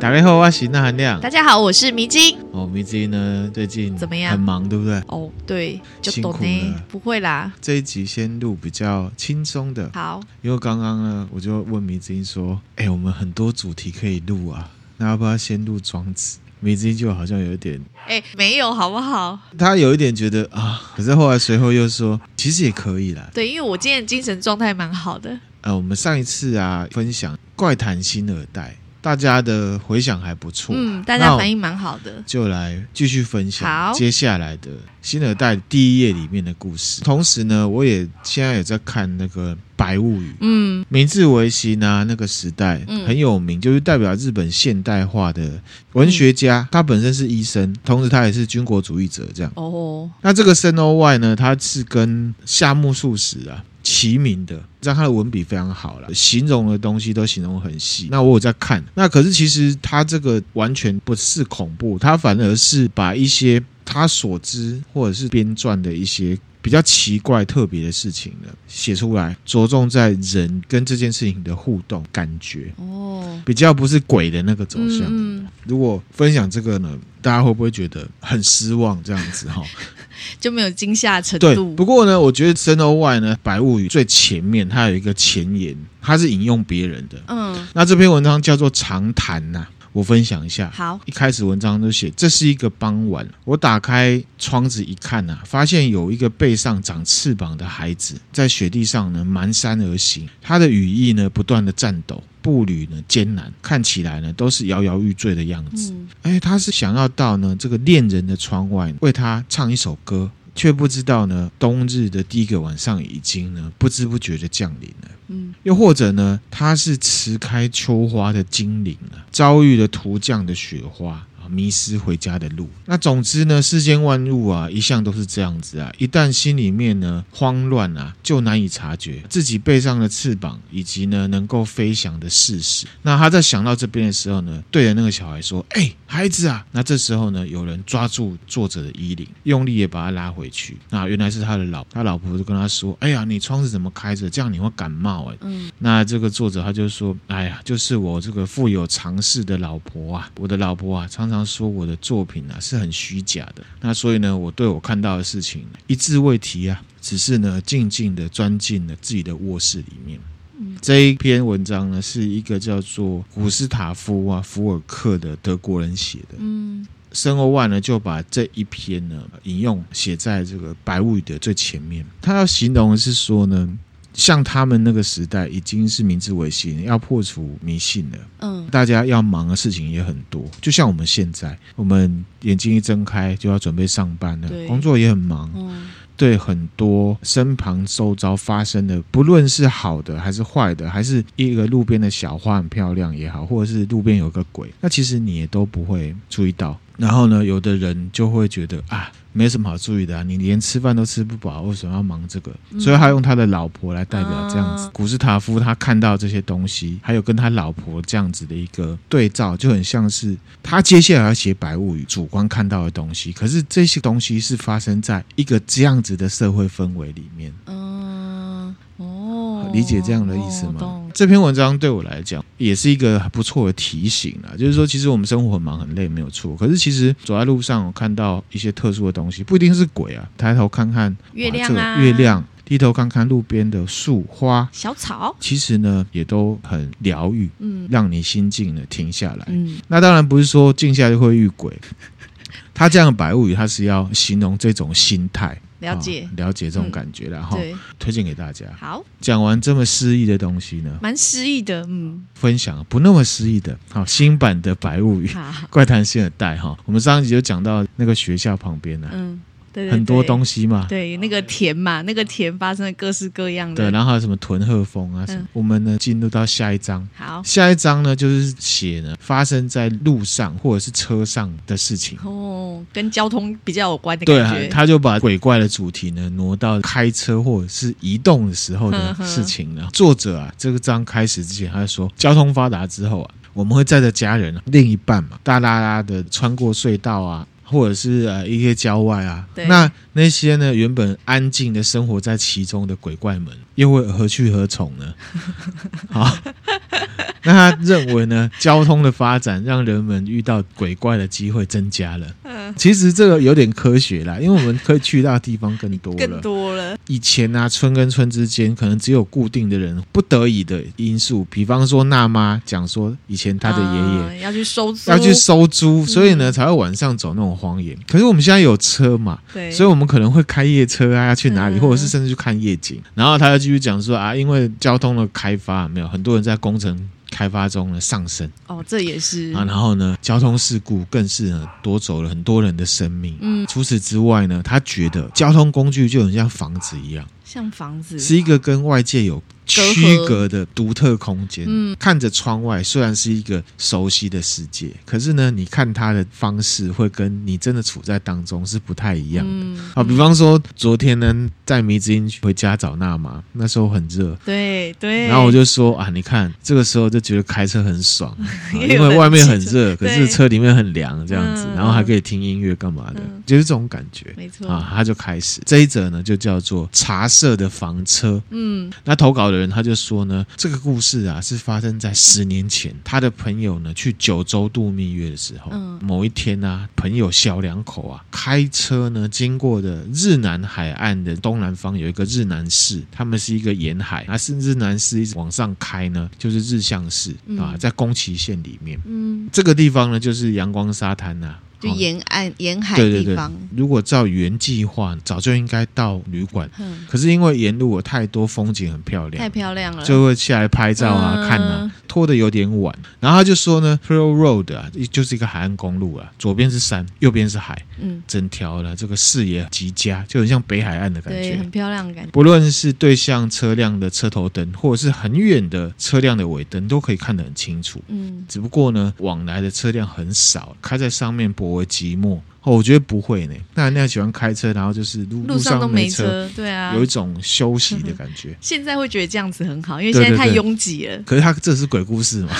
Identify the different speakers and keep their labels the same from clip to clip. Speaker 1: 大家好，我是那含亮。
Speaker 2: 大家好，我是迷津。
Speaker 1: 哦，迷之音呢，最近
Speaker 2: 怎么样
Speaker 1: 很忙，对不对？
Speaker 2: 哦，对，就
Speaker 1: 辛苦
Speaker 2: 懂呢
Speaker 1: 了，
Speaker 2: 不会啦。
Speaker 1: 这一集先录比较轻松的，
Speaker 2: 好，
Speaker 1: 因为刚刚呢，我就问迷之音说：“哎、我们很多主题可以录啊，那要不要先录庄子？”迷之音就好像有一点，
Speaker 2: 哎、没有好不好？
Speaker 1: 他有一点觉得啊，可是后来随后又说，其实也可以啦。
Speaker 2: 对，因为我今天的精神状态蛮好的。
Speaker 1: 呃，我们上一次啊分享《怪谈新耳袋》，大家的回响还不错，
Speaker 2: 嗯，大家反
Speaker 1: 应。
Speaker 2: 应蛮好的。
Speaker 1: 就来继续分享
Speaker 2: 好
Speaker 1: 接下来的《新耳袋》第一页里面的故事。同时呢，我也现在也在看那个《白物语》，
Speaker 2: 嗯，
Speaker 1: 明治维新啊，那个时代、
Speaker 2: 嗯
Speaker 1: 很有名，就是代表日本现代化的文学家。
Speaker 2: 嗯
Speaker 1: 他本身是医生，同时他也是军国主义者，这样。
Speaker 2: 哦，
Speaker 1: 那这个森欧外呢，他是跟夏目漱石啊齐名的，让他的文笔非常好了，形容的东西都形容很细。那我有在看，那可是其实他这个完全不是恐怖，他反而是把一些他所知或者是编撰的一些。比较奇怪、特别的事情呢，写出来，着重在人跟这件事情的互动感觉，
Speaker 2: 哦，
Speaker 1: 比较不是鬼的那个走向。
Speaker 2: 嗯，
Speaker 1: 如果分享这个呢，大家会不会觉得很失望？这样子哈，
Speaker 2: 就没有惊吓程
Speaker 1: 对，
Speaker 2: 度。
Speaker 1: 不过呢，我觉得《深欧外》呢，《白物语》最前面它有一个前言，它是引用别人的。
Speaker 2: 嗯，
Speaker 1: 那这篇文章叫做《长谈》呐、我分享一下。
Speaker 2: 好，
Speaker 1: 一开始文章就写这是一个傍晚，我打开窗子一看呐、发现有一个背上长翅膀的孩子在雪地上呢蹒跚而行，他的羽翼呢不断的颤抖，步履呢艰难，看起来呢都是摇摇欲坠的样子。
Speaker 2: 嗯，
Speaker 1: 哎，他是想要到呢这个恋人的窗外为他唱一首歌，却不知道呢冬日的第一个晚上已经呢不知不觉的降临了。
Speaker 2: 嗯，
Speaker 1: 又或者呢，他是迟开秋花的精灵啊，遭遇了图降的雪花啊，迷失回家的路。那总之呢，世间万物啊，一向都是这样子啊，一旦心里面呢慌乱啊，就难以察觉自己背上的翅膀以及呢能够飞翔的事实。那他在想到这边的时候呢，对着那个小孩说：“哎、孩子啊！”那这时候呢，有人抓住作者的衣领，用力也把他拉回去。那原来是他的老他老婆就跟他说：“哎呀，你窗子怎么开着？这样你会感冒哎、
Speaker 2: 嗯，
Speaker 1: 那这个作者他就说：“哎呀，就是我这个富有常识的老婆啊，我的老婆啊，常常说我的作品啊是很虚假的。那所以呢，我对我看到的事情一字未提啊，只是呢静静的钻进了自己的卧室里面。”这一篇文章呢，是一个叫做古斯塔夫啊福尔克的德国人写的。
Speaker 2: 嗯，
Speaker 1: 生活万呢就把这一篇呢引用写在这个《白物语》的最前面。他要形容的是说呢，像他们那个时代已经是明治维新，要破除迷信了，
Speaker 2: 嗯，
Speaker 1: 大家要忙的事情也很多。就像我们现在，我们眼睛一睁开就要准备上班了，
Speaker 2: 对
Speaker 1: 工作也很忙，
Speaker 2: 嗯，
Speaker 1: 对很多身旁周遭发生的，不论是好的还是坏的，还是一个路边的小花很漂亮也好，或者是路边有个鬼，那其实你也都不会注意到。然后呢，有的人就会觉得啊，没什么好注意的啊，你连吃饭都吃不饱，为什么要忙这个？所以他用他的老婆来代表这样子。
Speaker 2: 啊
Speaker 1: 古斯塔夫他看到这些东西，还有跟他老婆这样子的一个对照，就很像是他接下来要写《白物语》主观看到的东西，可是这些东西是发生在一个这样子的社会氛围里面。
Speaker 2: 嗯，哦，
Speaker 1: 理解这样的意思
Speaker 2: 哦
Speaker 1: 吗
Speaker 2: 懂？
Speaker 1: 这篇文章对我来讲也是一个不错的提醒啦，就是说，其实我们生活很忙很累没有错，可是其实走在路上，我看到一些特殊的东西，不一定是鬼啊，抬头看看
Speaker 2: 月
Speaker 1: 哇
Speaker 2: 亮
Speaker 1: 这个
Speaker 2: 啊
Speaker 1: 月亮，低头看看路边的树花，
Speaker 2: 小草，
Speaker 1: 其实呢也都很疗愈，
Speaker 2: 嗯，
Speaker 1: 让你心境呢停下来。
Speaker 2: 嗯，
Speaker 1: 那当然不是说静下就会遇鬼。 他这样的白物语，他是要形容这种心态，
Speaker 2: 了解
Speaker 1: 啊，了解这种
Speaker 2: 嗯
Speaker 1: 感觉啦，然后、
Speaker 2: 对，
Speaker 1: 推荐给大家。
Speaker 2: 好，
Speaker 1: 讲完这么诗意的东西呢，
Speaker 2: 蛮诗意的，嗯，
Speaker 1: 分享不那么诗意的，好、新版的《白物语》
Speaker 2: 好，
Speaker 1: 怪谈新的代哈、我们上一集就讲到那个学校旁边呢、啊
Speaker 2: 嗯，对，对
Speaker 1: 很多
Speaker 2: 对
Speaker 1: 东西嘛，
Speaker 2: 对，那个田嘛，那个田发生了各式各样
Speaker 1: 对，
Speaker 2: 的。
Speaker 1: 然后还有什么屯鹤峰啊什么。
Speaker 2: 嗯哦
Speaker 1: 我们呢进入到下一章，
Speaker 2: 好，
Speaker 1: 下一章呢就是写呢发生在路上或者是车上的事情。
Speaker 2: 哦，跟交通比较有关的
Speaker 1: 对
Speaker 2: 感
Speaker 1: 啊
Speaker 2: 觉。，
Speaker 1: 他就把鬼怪的主题呢挪到开车或者是移动的时候的
Speaker 2: 呵呵
Speaker 1: 事情了。作者啊，这个章开始之前他就说，交通发达之后啊，我们会载着家人、另一半嘛，大啦啦的穿过隧道啊。或者是呃一些郊外啊，
Speaker 2: 对
Speaker 1: 那那些呢原本安静的生活在其中的鬼怪们，又会何去何从呢？好， 那他认为呢，交通的发展让人们遇到鬼怪的机会增加了。
Speaker 2: 嗯，
Speaker 1: 其实这个有点科学啦，因为我们可以去到的地方更多了。
Speaker 2: 更多了，
Speaker 1: 以前啊，村跟村之间可能只有固定的人，不得已的因素，比方说娜妈讲说，以前她的爷爷
Speaker 2: 嗯要去收租，
Speaker 1: 要去收租，所以呢才会晚上走那种荒野。可是我们现在有车嘛，
Speaker 2: 对，
Speaker 1: 所以我们可能会开夜车啊，要去哪里，
Speaker 2: 嗯
Speaker 1: 或者是甚至去看夜景。然后他又继续讲说啊，因为交通的开发，没有很多人在工程开发中呢上升
Speaker 2: 哦，这也是，
Speaker 1: 啊，然后呢交通事故更是呢夺走了很多人的生命。
Speaker 2: 嗯，
Speaker 1: 除此之外呢，他觉得交通工具就很像房子一样，
Speaker 2: 像房子，
Speaker 1: 是一个跟外界有区隔的独特空间。
Speaker 2: 嗯
Speaker 1: 看着窗外，虽然是一个熟悉的世界，可是呢，你看它的方式会跟你真的处在当中是不太一样的。
Speaker 2: 嗯
Speaker 1: 啊，比方说昨天呢，在迷之音回家找娜妈，那时候很热，
Speaker 2: 对对，
Speaker 1: 然后我就说啊，你看这个时候就觉得开车很 爽，啊
Speaker 2: 因为
Speaker 1: 因
Speaker 2: 有
Speaker 1: 为
Speaker 2: 冷
Speaker 1: 外面
Speaker 2: 气
Speaker 1: 很热，可
Speaker 2: 对
Speaker 1: 是车里面很凉这样子，
Speaker 2: 嗯
Speaker 1: 然后还可以听音乐干嘛的，
Speaker 2: 嗯
Speaker 1: 就是这种感觉。
Speaker 2: 没错，
Speaker 1: 啊，他就开始这一则呢，就叫做茶社的房车。
Speaker 2: 嗯
Speaker 1: 那投稿的人他就说呢，这个故事啊是发生在十年前，他的朋友呢去九州度蜜月的时候，
Speaker 2: 嗯
Speaker 1: 某一天啊，朋友小两口啊开车呢经过的日南海岸的东南方有一个日南市，他们是一个沿海，那是日南市一直往上开呢，就是日向市、
Speaker 2: 嗯
Speaker 1: 啊，在宫崎县里面。
Speaker 2: 嗯，
Speaker 1: 这个地方呢，就是阳光沙滩呐、
Speaker 2: 就
Speaker 1: 哦
Speaker 2: 沿岸沿海
Speaker 1: 对对
Speaker 2: 地
Speaker 1: 对
Speaker 2: 方，，
Speaker 1: 如果照原计划，早就应该到旅馆，
Speaker 2: 嗯，
Speaker 1: 可是因为沿路有太多风景很漂亮
Speaker 2: 太，漂亮了，
Speaker 1: 就会下来拍照啊、
Speaker 2: 哎嗯
Speaker 1: 看啊，拖得有点晚。然后他就说呢 p r o Road 啊，就是一个海岸公路啊，左边是山，右边是海，
Speaker 2: 嗯，
Speaker 1: 整条呢这个视野极佳，就很像北海岸的感
Speaker 2: 对，
Speaker 1: 觉
Speaker 2: 很。漂亮的感觉，
Speaker 1: 不论是对向车辆的车头灯，或者是很远的车辆的尾灯，都可以看得很清楚。
Speaker 2: 嗯，
Speaker 1: 只不过呢，往来的车辆很少，开在上面颇为寂寞。哦，我觉得不会呢。那人家喜欢开车，然后就是路
Speaker 2: 路上都
Speaker 1: 没
Speaker 2: 没车，对啊
Speaker 1: 有，一种休息 的感觉。
Speaker 2: 现在会觉得这样子很好，因为
Speaker 1: 对
Speaker 2: 现
Speaker 1: 对
Speaker 2: 在太
Speaker 1: 对
Speaker 2: 拥挤了，
Speaker 1: 可是他这是鬼故事 嘛？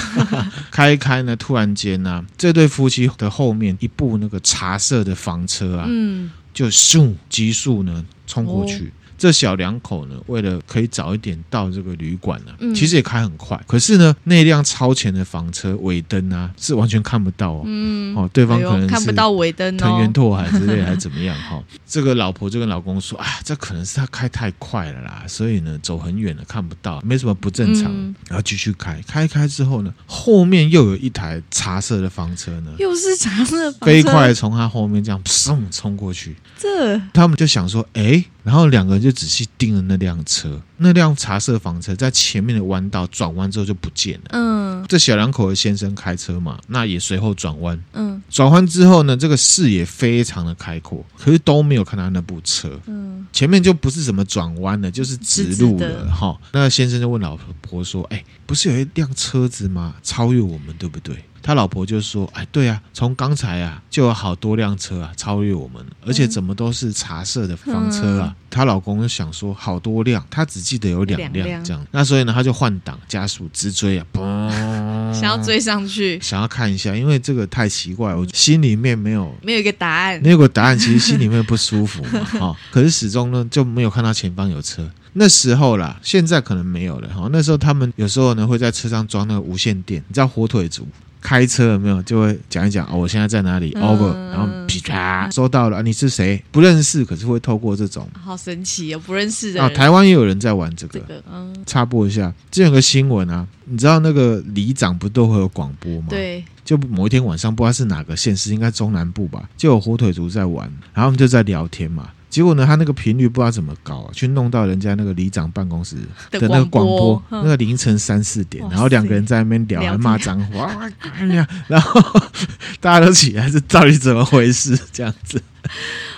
Speaker 1: 开一开呢，突然间呢、这对夫妻的后面一部那个茶色的房车啊，
Speaker 2: 嗯，
Speaker 1: 就咻急速呢冲过去。
Speaker 2: 哦
Speaker 1: 这小两口呢，为了可以早一点到这个旅馆呢、啊
Speaker 2: 嗯
Speaker 1: 其实也开很快。可是呢，那辆超前的房车尾灯啊，是完全看不到哦。
Speaker 2: 嗯，
Speaker 1: 哦，对方
Speaker 2: 哎呦
Speaker 1: 可能是
Speaker 2: 看不到尾灯
Speaker 1: 藤
Speaker 2: 哦
Speaker 1: 原，拓海之类还是怎么样哈、 这个老婆就跟老公说啊，这可能是他开太快了啦，所以呢走很远了看不到，没什么不正常。
Speaker 2: 嗯
Speaker 1: 然后继续开，开一开之后呢，后面又有一台茶色的房车呢。
Speaker 2: 又是长的房
Speaker 1: 飞
Speaker 2: 车
Speaker 1: 快地从他后面这样嗖冲过去，
Speaker 2: 这
Speaker 1: 他们就想说，哎，然后两个人就仔细盯了那辆车，那辆茶色房车在前面的弯道转弯之后就不见了。
Speaker 2: 嗯
Speaker 1: 这小两口的先生开车嘛，那也随后转弯，
Speaker 2: 嗯
Speaker 1: 转弯之后呢，这个视野非常的开阔，可是都没有看到那部车。
Speaker 2: 嗯，
Speaker 1: 前面就不是什么转弯了，就是直路
Speaker 2: 直直
Speaker 1: 了
Speaker 2: 的
Speaker 1: 哈。那先生就问老婆说：“哎、不是有一辆车子吗？超越我们，对不对？”他老婆就说：“哎，对啊，从刚才啊就有好多辆车啊超越我们，而且怎么都是茶色的房车
Speaker 2: 嗯
Speaker 1: 啊。她老公就想说好多辆，他只记得有两
Speaker 2: 两
Speaker 1: 辆
Speaker 2: 辆
Speaker 1: 这样。那所以呢，他就换挡加速直追 啊，嘣
Speaker 2: 想要追上去，
Speaker 1: 想要看一下，因为这个太奇怪，我心里面没有
Speaker 2: 没有一个答案，
Speaker 1: 没有个答案，其实心里面不舒服嘛，哈、可是始终呢就没有看到前方有车。那时候啦，现在可能没有了哈、那时候他们有时候呢会在车上装那个无线电，你知道火腿族开车有没有就会讲一讲哦，我现在在哪里、
Speaker 2: 嗯
Speaker 1: over，然后噼啪收到了、啊你是谁不认识，可是会透过这种
Speaker 2: 好神奇哦，不认识的
Speaker 1: 啊，
Speaker 2: 人，
Speaker 1: 台湾也有人在玩这
Speaker 2: 这
Speaker 1: 个。
Speaker 2: 个嗯，
Speaker 1: 插播一下，之前有个新闻啊，你知道那个里长不都会有广播吗？
Speaker 2: 对，
Speaker 1: 就某一天晚上，不知道是哪个县市，应该中南部吧，就有火腿族在玩，然后他们就在聊天嘛。结果呢，他那个频率不知道怎么搞、啊，去弄到人家那个里长办公室
Speaker 2: 的
Speaker 1: 那个广
Speaker 2: 广播
Speaker 1: 播，
Speaker 2: 嗯
Speaker 1: 那个凌晨三四点
Speaker 2: 哇，塞
Speaker 1: 然后两个人在那边聊，
Speaker 2: 聊
Speaker 1: 还
Speaker 2: 天
Speaker 1: 骂脏话，哇干呀 然后大家都起来，这到底怎么回事？这样子，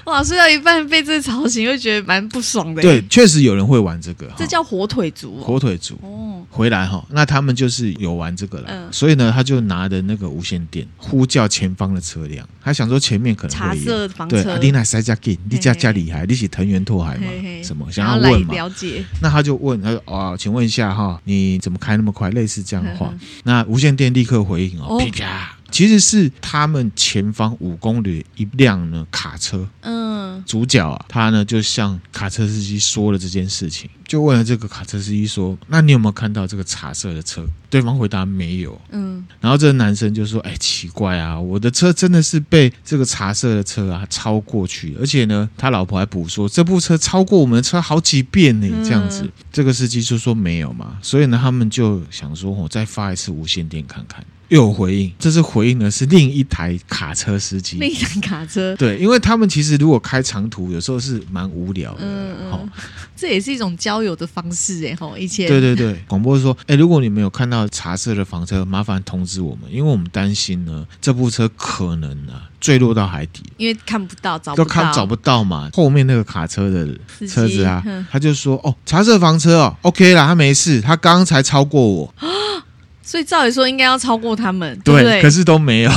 Speaker 2: 哇，睡到一半被这吵醒，又觉得蛮不爽的。
Speaker 1: 对，，确实有人会玩这个，
Speaker 2: 这
Speaker 1: 哈
Speaker 2: 叫火腿族哦。
Speaker 1: 火腿族。
Speaker 2: 哦，
Speaker 1: 回来哈，那他们就是有玩这个了，
Speaker 2: 嗯
Speaker 1: 所以呢，他就拿着那个无线电呼叫前方的车辆，他想说前面可能
Speaker 2: 茶
Speaker 1: 会有，
Speaker 2: 色房
Speaker 1: 对，
Speaker 2: 车，
Speaker 1: 啊，你哪塞家给你家家厉害，你是藤原拓海嘛
Speaker 2: 嘿？嘿
Speaker 1: 什么想
Speaker 2: 然后
Speaker 1: 要
Speaker 2: 来
Speaker 1: 问嘛？
Speaker 2: 了解，
Speaker 1: 那他就问，他说：“哦，请问一下哈，你怎么开那么快？”类似这样的话
Speaker 2: 嗯，
Speaker 1: 那无线电立刻回应哦，
Speaker 2: 哦
Speaker 1: 噼啪。其实是他们前方五公里一辆呢卡车，
Speaker 2: 嗯，
Speaker 1: 主角啊，他呢就向卡车司机说了这件事情，就问了这个卡车司机说：“那你有没有看到这个茶色的车？”对方回答没有。
Speaker 2: 嗯，
Speaker 1: 然后这个男生就说：“哎，奇怪啊，我的车真的是被这个茶色的车啊超过去，而且呢，他老婆还补说这部车超过我们的车好几遍呢。”
Speaker 2: 嗯
Speaker 1: 这样子，这个司机就说没有嘛，所以呢，他们就想说，我再发一次无线电看看。又有回应，这次回应呢是另一台卡车司机，
Speaker 2: 另一台卡车，
Speaker 1: 对，因为他们其实如果开长途，有时候是蛮无聊的
Speaker 2: 嗯
Speaker 1: 啦，
Speaker 2: 嗯
Speaker 1: 哈、
Speaker 2: 这也是一种交友的方式哎吼，以前
Speaker 1: 对对对，广播说，哎，如果你们有看到茶色的房车，麻烦通知我们，因为我们担心呢，这部车可能啊坠落到海底，
Speaker 2: 因为看不到找不
Speaker 1: 都
Speaker 2: 到
Speaker 1: 看找不到嘛。后面那个卡车的
Speaker 2: 司机嗯
Speaker 1: 车子啊
Speaker 2: 哼，
Speaker 1: 他就说，哦，茶色房车哦，OK 啦，他没事，他刚才超过我，
Speaker 2: 所以照理说应该要超过他们，对
Speaker 1: 对，
Speaker 2: 不对？
Speaker 1: 可是都没有。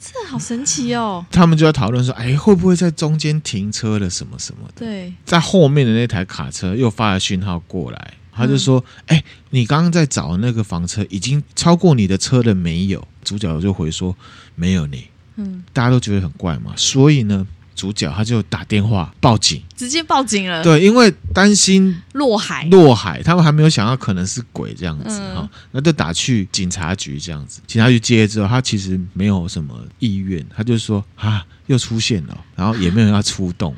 Speaker 2: 这好神奇哦，
Speaker 1: 他们就在讨论说，哎，会不会在中间停车了什么什么的？
Speaker 2: 对，
Speaker 1: 在后面的那台卡车又发了讯号过来，他就说：“
Speaker 2: 嗯
Speaker 1: 哎、你刚刚在找那个房车，已经超过你的车了没有？”主角就回说：“没有你。
Speaker 2: 嗯，”
Speaker 1: 大家都觉得很怪嘛，所以呢，主角他就打电话报警。
Speaker 2: 直接报警了，
Speaker 1: 对，因为担心
Speaker 2: 落海，
Speaker 1: 落海，他们还没有想到可能是鬼这样子
Speaker 2: 嗯
Speaker 1: 哈、那就打去警察局这样子。警察局接了之后，他其实没有什么意愿，他就说：“啊，又出现了。”然后也没有人要出 动。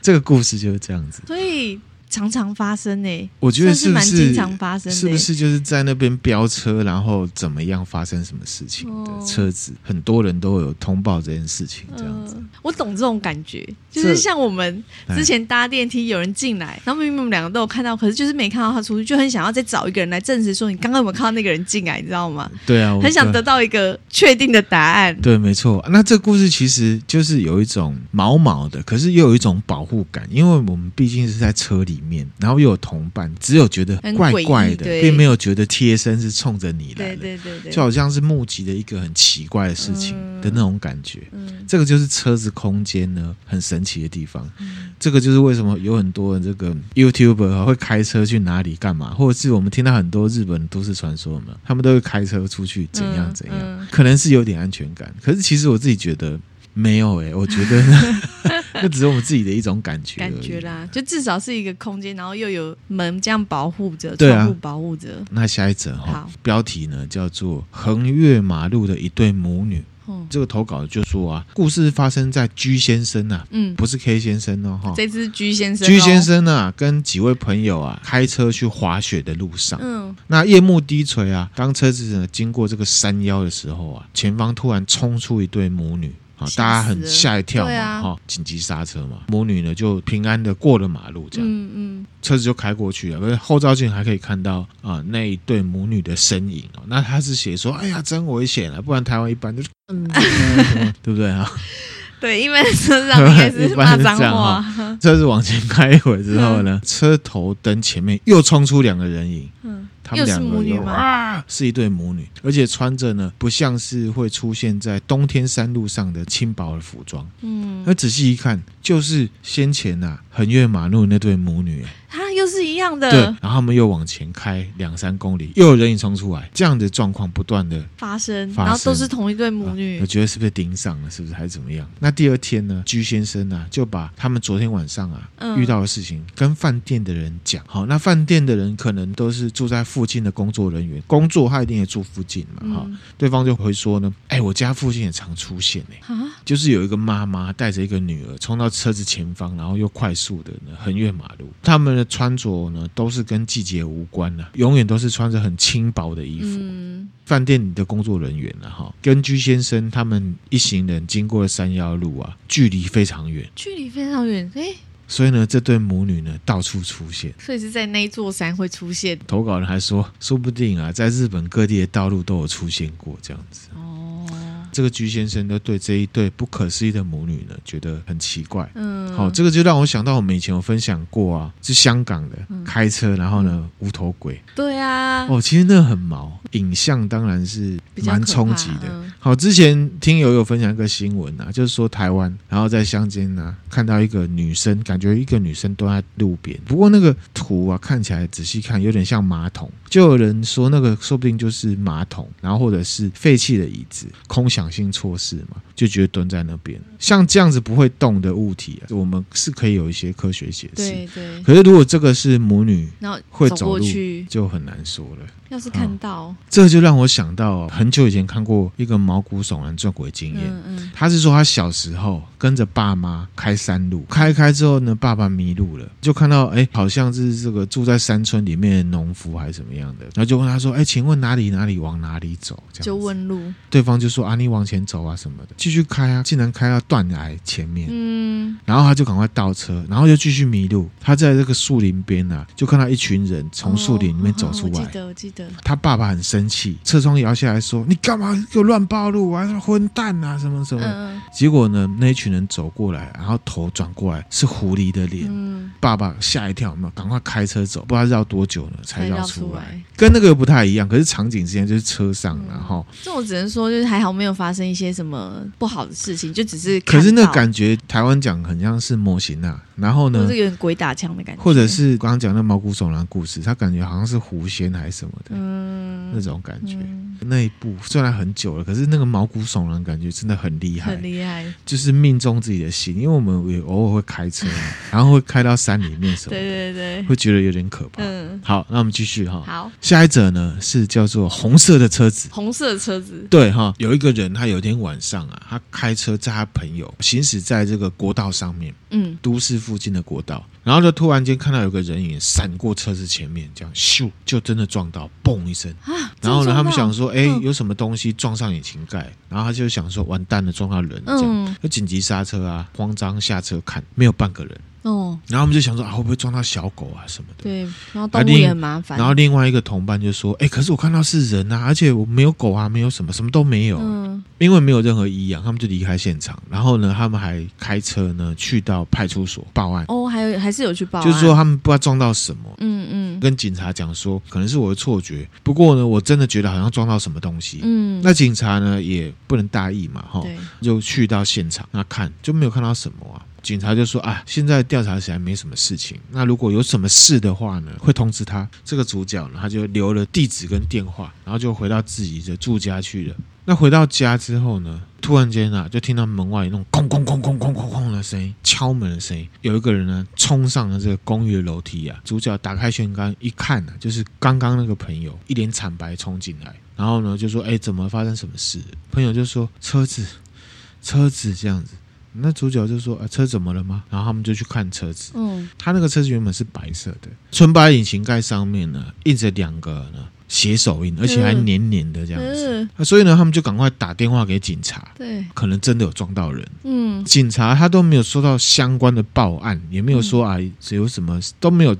Speaker 1: 这个故事就是这样子。
Speaker 2: 所以常常发生哎，
Speaker 1: 我觉得
Speaker 2: 算
Speaker 1: 是不
Speaker 2: 蛮
Speaker 1: 是
Speaker 2: 经常发生的，
Speaker 1: 是不？是就是在那边飙车，然后怎么样发生什么事情的
Speaker 2: 哦
Speaker 1: 车子，很多人都有通报这件事情，这样子。
Speaker 2: 嗯，我懂这种感觉，就
Speaker 1: 这
Speaker 2: 是像我们
Speaker 1: 哎
Speaker 2: 之前搭电梯，有人进来，然后明明我们两个都有看到，可是就是没看到他出去，就很想要再找一个人来证实说你刚刚有没有看到那个人进来，你知道吗？
Speaker 1: 对啊，我
Speaker 2: 嗯很想得到一个确定的答案。
Speaker 1: 对，没错。啊那这故事其实就是有一种毛毛的，可是又有一种保护感，因为我们毕竟是在车里面，然后又有同伴，只有觉得
Speaker 2: 很
Speaker 1: 怪
Speaker 2: 诡异
Speaker 1: 怪的，
Speaker 2: 对
Speaker 1: 并没有觉得贴身是冲着你来
Speaker 2: 对
Speaker 1: 的，
Speaker 2: 对对对，
Speaker 1: 就好像是目击了一个很奇怪的事情
Speaker 2: 嗯
Speaker 1: 的那种感觉。
Speaker 2: 嗯
Speaker 1: 这个就是车子空间呢很神奇的地方。
Speaker 2: 嗯
Speaker 1: 这个就是为什么有很多人这个 YouTuber 啊会开车去哪里干嘛，或者是我们听到很多日本都市传说嘛，他们都会开车出去怎样
Speaker 2: 嗯
Speaker 1: 怎样，
Speaker 2: 嗯
Speaker 1: 可能是有点安全感。可是其实我自己觉得没有诶、我觉 得呢那只是我们自己的一种感觉而已
Speaker 2: 感觉。啦，就至少是一个空间，然后又有门这样保护着，
Speaker 1: 对啊
Speaker 2: 窗户保护着。
Speaker 1: 那下一则哈
Speaker 2: 好，
Speaker 1: 标题呢叫做“横越马路的一对母女
Speaker 2: 哦”。，
Speaker 1: 这个投稿就说啊，故事发生在居先生啊，
Speaker 2: 嗯，
Speaker 1: 不是 K 先生哦，哈，
Speaker 2: 这只居先生，
Speaker 1: 居先，生啊，跟几位朋友啊，开车去滑雪的路上，
Speaker 2: 嗯，
Speaker 1: 那夜幕低垂啊，当车子呢经过这个山腰的时候啊，前方突然冲出一对母女。啊，
Speaker 2: 吓
Speaker 1: 大家很
Speaker 2: 死了
Speaker 1: 吓一跳
Speaker 2: 对
Speaker 1: 嘛，
Speaker 2: 啊
Speaker 1: 哈、紧急刹车嘛，母女呢就平安的过了马路，这样、
Speaker 2: 嗯嗯，
Speaker 1: 车子就开过去了。可是后照镜还可以看到啊、那一对母女的身影哦。那他是写说，哎呀，真危险啊，不然台湾一般就是，嗯 对不对啊？
Speaker 2: 对，因为车上应 该
Speaker 1: 一
Speaker 2: 是
Speaker 1: 般
Speaker 2: 骂
Speaker 1: 是
Speaker 2: 脏
Speaker 1: 这样
Speaker 2: 话，
Speaker 1: 车子往前开一会之后呢，车头灯前面又冲出两个人影，
Speaker 2: 嗯，
Speaker 1: 他们
Speaker 2: 又是
Speaker 1: 两
Speaker 2: 母
Speaker 1: 个
Speaker 2: 女
Speaker 1: 又
Speaker 2: 吗？
Speaker 1: 啊，是一对母女，而且穿着呢不像是会出现在冬天山路上的轻薄的服装。
Speaker 2: 嗯，
Speaker 1: 那仔细一看，就是先前呐、啊、横越马路那对母女、哎
Speaker 2: 它啊又是一样
Speaker 1: 对，
Speaker 2: 的
Speaker 1: 然后他们又往前开两三公里，又有人影冲出来，这样的状况不断的
Speaker 2: 发生，
Speaker 1: 发生
Speaker 2: 然后都是同一对母
Speaker 1: 啊
Speaker 2: 女
Speaker 1: 我，觉得是不是盯上了，是不是还是怎么样？那第二天呢，居先生呢、就把他们昨天晚上啊、
Speaker 2: 嗯
Speaker 1: 遇到的事情跟饭店的人讲。好，那饭店的人可能都是住在附近的工作人员，工作他一定也住附近嘛，哈、
Speaker 2: 嗯
Speaker 1: 对方就回说呢，哎，我家附近也常出现哎、
Speaker 2: 啊，
Speaker 1: 就是有一个妈妈带着一个女儿冲到车子前方，然后又快速的呢横越马路。他们的穿着呢都是跟季节无关啊，永远都是穿着很轻薄的衣服。
Speaker 2: 嗯，
Speaker 1: 饭店里的工作人员了、啊哈，跟居先生他们一行人经过了山腰路啊，距离非常远，
Speaker 2: 距离非常远，哎，
Speaker 1: 所以呢，这对母女呢到处出现。
Speaker 2: 所以是在那一座山会出现
Speaker 1: 投稿人还说，说不定啊，在日本各地的道路都有出现过这样子。
Speaker 2: 哦，
Speaker 1: 这个居先生呢，对这一对不可思议的母女呢，觉得很奇怪。
Speaker 2: 嗯，
Speaker 1: 好、这个就让我想到我们以前有分享过啊，是香港的
Speaker 2: 嗯
Speaker 1: 开车，然后呢无头鬼
Speaker 2: 对啊，
Speaker 1: 哦，其实那很毛，影像当然是
Speaker 2: 比较
Speaker 1: 蛮
Speaker 2: 可怕
Speaker 1: 冲击的。
Speaker 2: 嗯
Speaker 1: 好，之前听友有分享一个新闻啊，就是说台湾，然后在乡间呢、看到一个女生，感觉一个女生蹲在路边，不过那个图啊看起来仔细看有点像马桶，就有人说那个说不定就是马桶，然后或者是废弃的椅子、空小想性错视嘛，就觉得蹲在那边。像这样子不会动的物体、啊，我们是可以有一些科学解释。
Speaker 2: 对对，
Speaker 1: 可是如果这个是母女，
Speaker 2: 然后
Speaker 1: 会
Speaker 2: 走
Speaker 1: 走
Speaker 2: 过
Speaker 1: 路
Speaker 2: 去，
Speaker 1: 就很难说了。
Speaker 2: 要是看到，
Speaker 1: 这就让我想到哦很久以前看过一个毛骨悚然撞鬼经验。
Speaker 2: 嗯嗯，
Speaker 1: 他是说他小时候跟着爸妈开山路，开一开之后呢，爸爸迷路了，就看到哎、好像是这个住在山村里面的农夫还是怎么样的，然后就问他说，哎、请问哪里哪里往哪里走？这样子
Speaker 2: 就问路，
Speaker 1: 对方就说啊，你往前走啊什么的，继续开啊，竟然开到断崖前面。
Speaker 2: 嗯，
Speaker 1: 然后他就赶快倒车，然后就继续迷路。他在这个树林边啊，就看到一群人从树林里面走出
Speaker 2: 哦
Speaker 1: 来
Speaker 2: 我记。得我记得，
Speaker 1: 他爸爸很生气，车窗摇下来说：“你干嘛给我乱暴露啊？混蛋啊！什么什么的。
Speaker 2: 嗯
Speaker 1: 结果呢，那一群人走过来，然后头转过来是狐狸的脸。
Speaker 2: 嗯，
Speaker 1: 爸爸吓一跳，有没有赶快开车走，不知道绕多久呢才绕出
Speaker 2: 出
Speaker 1: 来，。跟那个又不太一样。可是场景之间就是车上啦，
Speaker 2: 嗯
Speaker 1: 然后、
Speaker 2: 这我只能说，就是还好没有发生一些什么不好的事情，就只是
Speaker 1: 可是那
Speaker 2: 看到
Speaker 1: 感觉台湾讲很像是模型啊，然后
Speaker 2: 或
Speaker 1: 呢
Speaker 2: 者，有点鬼打墙的感觉，
Speaker 1: 或者是刚刚讲那毛骨悚然的故事，他感觉好像是狐仙还是什么的、
Speaker 2: 嗯
Speaker 1: 那种感觉。
Speaker 2: 嗯
Speaker 1: 那一部虽然很久了，可是那个毛骨悚然的感觉真的很厉害
Speaker 2: 很，厉害，
Speaker 1: 就是命中自己的心。因为我们也偶尔会开车嘛，然后会开到山里面什么的，
Speaker 2: 对对对，
Speaker 1: 会觉得有点可怕。
Speaker 2: 嗯，
Speaker 1: 好，那我们继续哈。
Speaker 2: 好，
Speaker 1: 下一则呢是叫做红色的车子。
Speaker 2: 红色的车子，
Speaker 1: 对哈，有一个人，他有一天晚上啊，他开车载他朋友行驶在这个国道上面，
Speaker 2: 嗯，
Speaker 1: 都市附近的国道，然后就突然间看到有个人影闪过车子前面，这样咻就真的撞到，嘣一声。
Speaker 2: 啊，
Speaker 1: 然后呢，
Speaker 2: 真的撞到
Speaker 1: 他们想，说，哎、
Speaker 2: 嗯
Speaker 1: 有什么东西撞上引擎盖？然后他就想说，完蛋了，撞到人了，这样。
Speaker 2: 嗯，
Speaker 1: 就紧急刹车啊，慌张下车看，没有半个人。
Speaker 2: 哦，
Speaker 1: 然后我们就想说啊，会不会撞到小狗啊什么的？
Speaker 2: 对，然后
Speaker 1: 啊
Speaker 2: 动物
Speaker 1: 另
Speaker 2: 也很麻烦，
Speaker 1: 然后另外一个同伴就说：“哎、可是我看到是人啊，而且我没有狗啊，没有什么，什么都没有，
Speaker 2: 嗯
Speaker 1: 因为没有任何异样，他们就离开现场。然后呢，他们还开车呢去到派出所报案，
Speaker 2: 哦，还有还是有去报案，
Speaker 1: 就是说，他们不知道撞到什么，
Speaker 2: 嗯嗯
Speaker 1: 跟警察讲说可能是我的错觉，不过呢，我真的觉得好像撞到什么东西。
Speaker 2: 嗯，
Speaker 1: 那哦警察呢也不能大意嘛，哈，
Speaker 2: 对，
Speaker 1: 就去到现场那看就没有看到什么啊。警察就说啊，现在调查起来没什么事情，那如果有什么事的话呢，会通知他。这个主角呢，他就留了地址跟电话，然后就回到自己的住家去了。那回到家之后呢，突然间啊，就听到门外有那种空空空空空空空的声音，敲门的声音。有一个人呢，冲上了这个公寓的楼梯啊。主角打开玄关一看呢、啊，就是刚刚那个朋友一脸惨白冲进来，然后呢就说：“哎，怎么发生什么事？”朋友就说：“车子车子这样子。那主角就说：“啊，车怎么了吗？”然后他们就去看车子。
Speaker 2: 嗯
Speaker 1: 他那个车子原本是白色的，纯白引擎盖上面呢印着两个呢血手印，而且还
Speaker 2: 嗯
Speaker 1: 黏黏的这样子。
Speaker 2: 嗯，
Speaker 1: 啊所以呢，他们就赶快打电话给警察，
Speaker 2: 对，
Speaker 1: 可能真的有撞到人。
Speaker 2: 嗯
Speaker 1: 警察他都没有收到相关的报案，也没有说啊
Speaker 2: 嗯
Speaker 1: 谁有什么都没有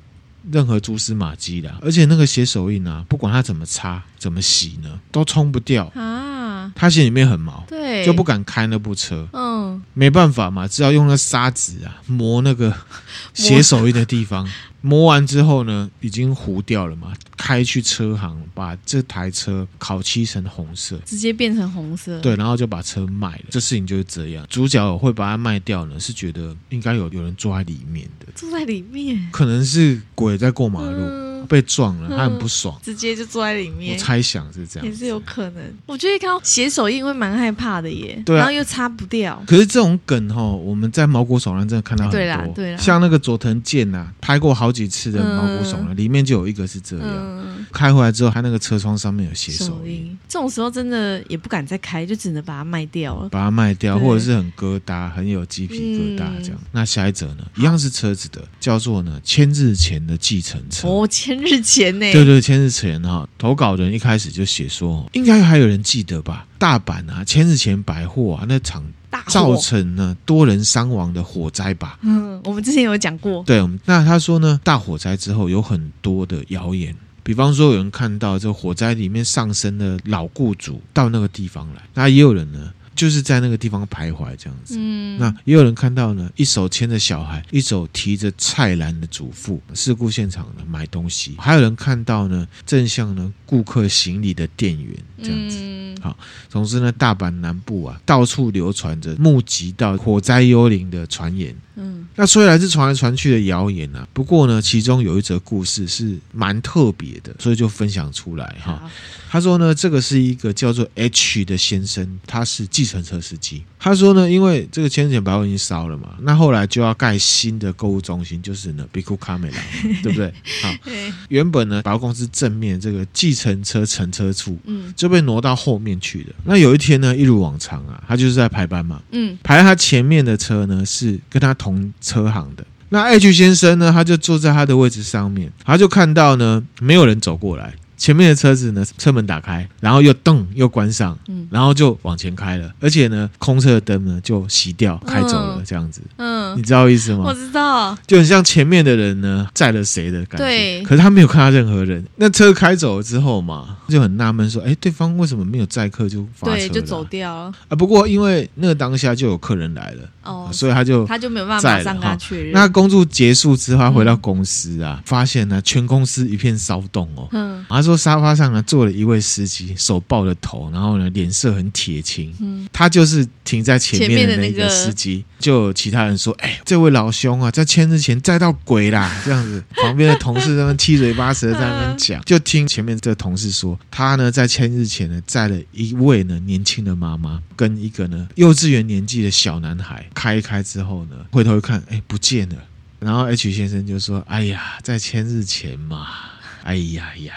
Speaker 1: 任何蛛丝马迹的啊。而且那个血手印啊，不管他怎么擦怎么洗呢，都冲不掉。
Speaker 2: 啊，
Speaker 1: 他心里面很毛，
Speaker 2: 对，
Speaker 1: 就不，敢开那部车。
Speaker 2: 嗯，
Speaker 1: 没办法嘛，只好用那砂纸啊磨那 个写手印的地方。磨完之后呢，已经糊掉了嘛，开去车行把这台车烤漆成红色。
Speaker 2: 直接变成红色，
Speaker 1: 对，然后就把车卖了，这事情就是这样。主角会把它卖掉呢，是觉得应该有有人坐在里面的，
Speaker 2: 坐在里面，
Speaker 1: 可能是鬼在过马路、
Speaker 2: 嗯
Speaker 1: 被撞了，
Speaker 2: 嗯
Speaker 1: 他很不爽。
Speaker 2: 直接就坐在里
Speaker 1: 我
Speaker 2: 面，
Speaker 1: 猜想是这样，
Speaker 2: 也是有。可能。我觉得看到写手印会蛮害怕的耶，
Speaker 1: 对啊
Speaker 2: 然后又擦不掉，
Speaker 1: 可是这种梗哈，我们在毛骨悚然真的看到很多。
Speaker 2: 对啦对啦
Speaker 1: 像那个佐藤健呐、啊，拍过好几次的毛骨悚然，里面就有一个是这样。
Speaker 2: 嗯，
Speaker 1: 开回来之后，他那个车窗上面有写手
Speaker 2: 手
Speaker 1: 印，
Speaker 2: 印，这种时候真的也不敢再开，就只能把它卖掉了。
Speaker 1: 把它卖掉，
Speaker 2: 对嗯
Speaker 1: 或者是很疙瘩，很有鸡皮疙瘩这样。那下一则呢，一样是车子的，叫做呢千日前的计程车。
Speaker 2: 哦，千日前呢？
Speaker 1: 对对，千日前哈、投稿人一开始就写说，应该还有人记得吧？大阪啊，千日前百货啊，那场
Speaker 2: 大火
Speaker 1: 造成呢多人伤亡的火灾吧？
Speaker 2: 嗯，我们之前有讲过，
Speaker 1: 对，我们那他说呢，大火灾之后有很多的谣言，比方说有人看到这火灾里面上升的老雇主到那个地方来，那也有人呢就是在那个地方徘徊这样子。
Speaker 2: 嗯，
Speaker 1: 那也有人看到呢，一手牵着小孩，一手提着菜篮的主妇，事故现场呢买东西；还有人看到呢，正向呢顾客行李的店员这样子。
Speaker 2: 嗯
Speaker 1: 好总之呢，大阪南部啊，到处流传着目击到火灾幽灵的传言。
Speaker 2: 嗯
Speaker 1: 那虽然是传来传去的谣言啊，不过呢，其中有一则故事是蛮特别的，所以就分享出来哈。
Speaker 2: 好
Speaker 1: 他说呢，这个是一个叫做 H 的先生，他是计程车司机。他说呢，因为这个千钱百货已经烧了嘛，那后来就要盖新的购物中心，就是呢 b i k u k a m e r a 对不对？好，
Speaker 2: 对，
Speaker 1: 原本呢，百货公司正面这个计程车乘车处
Speaker 2: 嗯
Speaker 1: 就被挪到后面去了。那有一天呢，一如往常啊，他就是在排班嘛，
Speaker 2: 嗯
Speaker 1: 排在他前面的车呢是跟他同车行的。那 H 先生呢，他就坐在他的位置上面，他就看到呢没有人走过来，前面的车子呢车门打开，然后又噔又关上，
Speaker 2: 嗯
Speaker 1: 然后就往前开了，而且呢空车的灯呢就熄掉开走了
Speaker 2: 嗯
Speaker 1: 这样子，你
Speaker 2: 嗯，
Speaker 1: 知道意思
Speaker 2: 我
Speaker 1: 吗？
Speaker 2: 知道，
Speaker 1: 就很像前面的人呢载了谁的感觉，
Speaker 2: 对
Speaker 1: 可是他没有看到任何人。那车开走了之后嘛，就很纳闷说，哎，对方为什么没有载客就发车
Speaker 2: 对，
Speaker 1: 了
Speaker 2: 就走掉了。
Speaker 1: 啊？不过因为那个当下就有客人来了。
Speaker 2: 哦，
Speaker 1: 所以他就
Speaker 2: 他就没有办法马上跟
Speaker 1: 在了哈
Speaker 2: 他确认。
Speaker 1: 那工作结束之后，他回到
Speaker 2: 嗯
Speaker 1: 公司啊，发现呢、全公司一片骚动哦。
Speaker 2: 嗯
Speaker 1: 他说沙发上呢坐了一位司机，手抱着头，然后呢脸色很铁青。
Speaker 2: 嗯
Speaker 1: 他就是停在前面的
Speaker 2: 前面的
Speaker 1: 那
Speaker 2: 那
Speaker 1: 个
Speaker 2: 个
Speaker 1: 司机，就有其他人说：“哎、这位老兄啊，在签字前载到鬼啦！”这样子，旁边的同事在那边七嘴八舌在那边讲， 就听前面这个同事说，他呢在签字前呢载了一位呢年轻的妈妈跟一个呢幼稚园年纪的小男孩，开一开之后呢，回头一看，哎、不见了。然后 H 先生就说：“哎呀，在签日前嘛，哎呀呀。”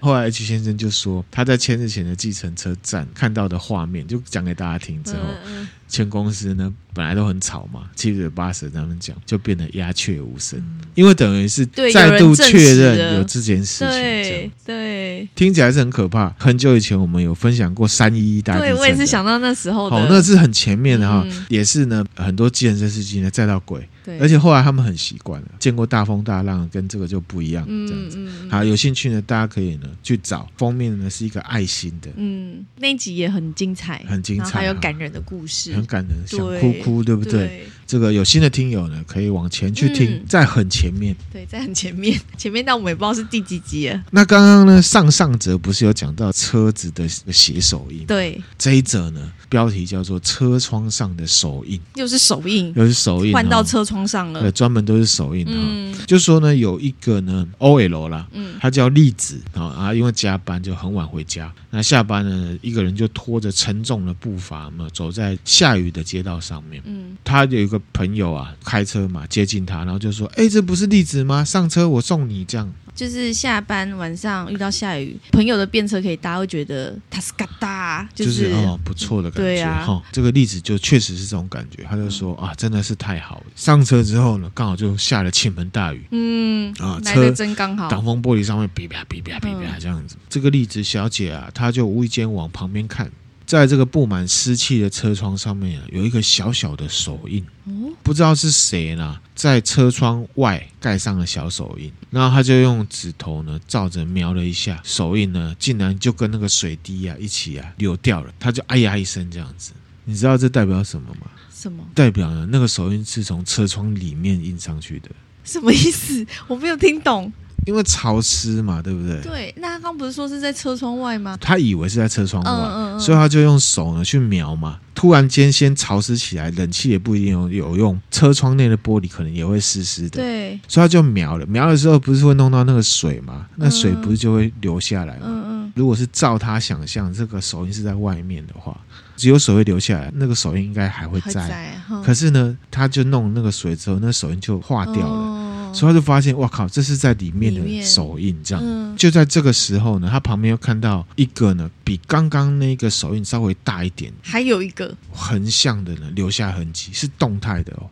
Speaker 1: 后来 H 先生就说他在签日前的计程车站看到的画面，就讲给大家听之后，
Speaker 2: 嗯
Speaker 1: 前公司呢本来都很吵嘛，七嘴八舌他们讲，就变得鸦雀无声，因为等于是
Speaker 2: 嗯对
Speaker 1: 再度确
Speaker 2: 有人证实
Speaker 1: 认
Speaker 2: 了
Speaker 1: 有这件事情，这样
Speaker 2: 对对
Speaker 1: 听起来是很可怕。很久以前我们有分享过三一一大地震
Speaker 2: 对，
Speaker 1: 的，
Speaker 2: 我也是想到那时候的。
Speaker 1: 好，那是很前面的哈，
Speaker 2: 嗯
Speaker 1: 也是呢，很多计程车司机呢载到鬼，
Speaker 2: 对，
Speaker 1: 而且后来他们很习惯了，见过大风大浪，跟这个就不一样，这样
Speaker 2: 嗯
Speaker 1: 子。
Speaker 2: 嗯
Speaker 1: 好，有兴趣呢，大家可以呢去找封面呢是一个爱心的，
Speaker 2: 嗯，那一集也很精彩，
Speaker 1: 很精彩
Speaker 2: 然后还有
Speaker 1: 哈
Speaker 2: 感人的故事，
Speaker 1: 很感人，想
Speaker 2: 对
Speaker 1: 哭哭，对不对？
Speaker 2: 对
Speaker 1: 这个有新的听友呢，可以往前去听，
Speaker 2: 嗯
Speaker 1: 在很前面。
Speaker 2: 对，在很前面， 前面到我们也不知道是第几集了。
Speaker 1: 那刚刚呢，上上则不是有讲到车子的写手印，
Speaker 2: 对，
Speaker 1: 这一则呢，标题叫做“车窗上的手印
Speaker 2: 又是手”，印，
Speaker 1: 又是手印、哦，哦
Speaker 2: 换到车窗上
Speaker 1: 对，
Speaker 2: 了。
Speaker 1: 专门都是手印哈、啊
Speaker 2: 嗯
Speaker 1: 就说呢，有一个呢 OL 啦，
Speaker 2: 嗯
Speaker 1: 他叫栗子啊啊，因为加班就很晚回家，那下班呢，一个人就拖着沉重的步伐嘛，走在下雨的街道上面。
Speaker 2: 嗯
Speaker 1: 他有一个朋友啊，开车嘛接近他，然后就说：“哎，这不是栗子吗？上车，我送你。”这样，
Speaker 2: 就是下班晚上遇到下雨，朋友的便车可以搭，会觉得他是嘎哒，、
Speaker 1: 就是哦，不错的感
Speaker 2: 对
Speaker 1: 觉哈、
Speaker 2: 啊
Speaker 1: 这个栗子就确实是这种感觉，他就说、啊，真的是太好了。上车之后呢，刚好就下了倾盆大雨，
Speaker 2: 嗯
Speaker 1: 啊
Speaker 2: 来
Speaker 1: 车
Speaker 2: 的真刚好。
Speaker 1: 挡风玻璃上面哔啪哔啪哔啪这样子。这个栗子小姐啊，她就无意间往旁边看，在这个布满湿气的车窗上面啊，有一个小小的手印，
Speaker 2: 哦，
Speaker 1: 不知道是谁呢，在车窗外盖上了小手印。然后她就用指头呢，照着瞄了一下，手印呢，竟然就跟那个水滴啊一起啊流掉了。她就哎呀一声这样子。你知道这代表什么吗？
Speaker 2: 什么
Speaker 1: 代表呢，那个手印是从车窗里面印上去的，
Speaker 2: 什么意思？ 我没有听懂。
Speaker 1: 因为潮湿嘛，对不对？
Speaker 2: 对，那他刚不是说是在车窗外吗？
Speaker 1: 他以为是在车窗外，
Speaker 2: 嗯嗯嗯
Speaker 1: 所以他就用手呢去瞄嘛。突然间先潮湿起来，冷气也不一定有有用，车窗内的玻璃可能也会湿湿的，
Speaker 2: 对，
Speaker 1: 所以他就瞄了。瞄的时候不是会弄到那个水吗？那水
Speaker 2: 嗯
Speaker 1: 不是就会流下来吗？
Speaker 2: 嗯
Speaker 1: 如果是照他想象，这个手印是在外面的话，只有水会流下来，那个手印应该还会
Speaker 2: 嗯，还
Speaker 1: 在。
Speaker 2: 在哈，
Speaker 1: 可是呢，他就弄那个水之后，那手印就化掉了，
Speaker 2: 了
Speaker 1: 所以他就发现，哇靠，这是在里面
Speaker 2: 哦里
Speaker 1: 的
Speaker 2: 面
Speaker 1: 手印这样。
Speaker 2: 嗯
Speaker 1: 就在这个时候呢，他旁边又看到一个呢，比刚刚那个手印稍微大一点，
Speaker 2: 还有一个
Speaker 1: 横向的呢留下痕迹，是动态的哦。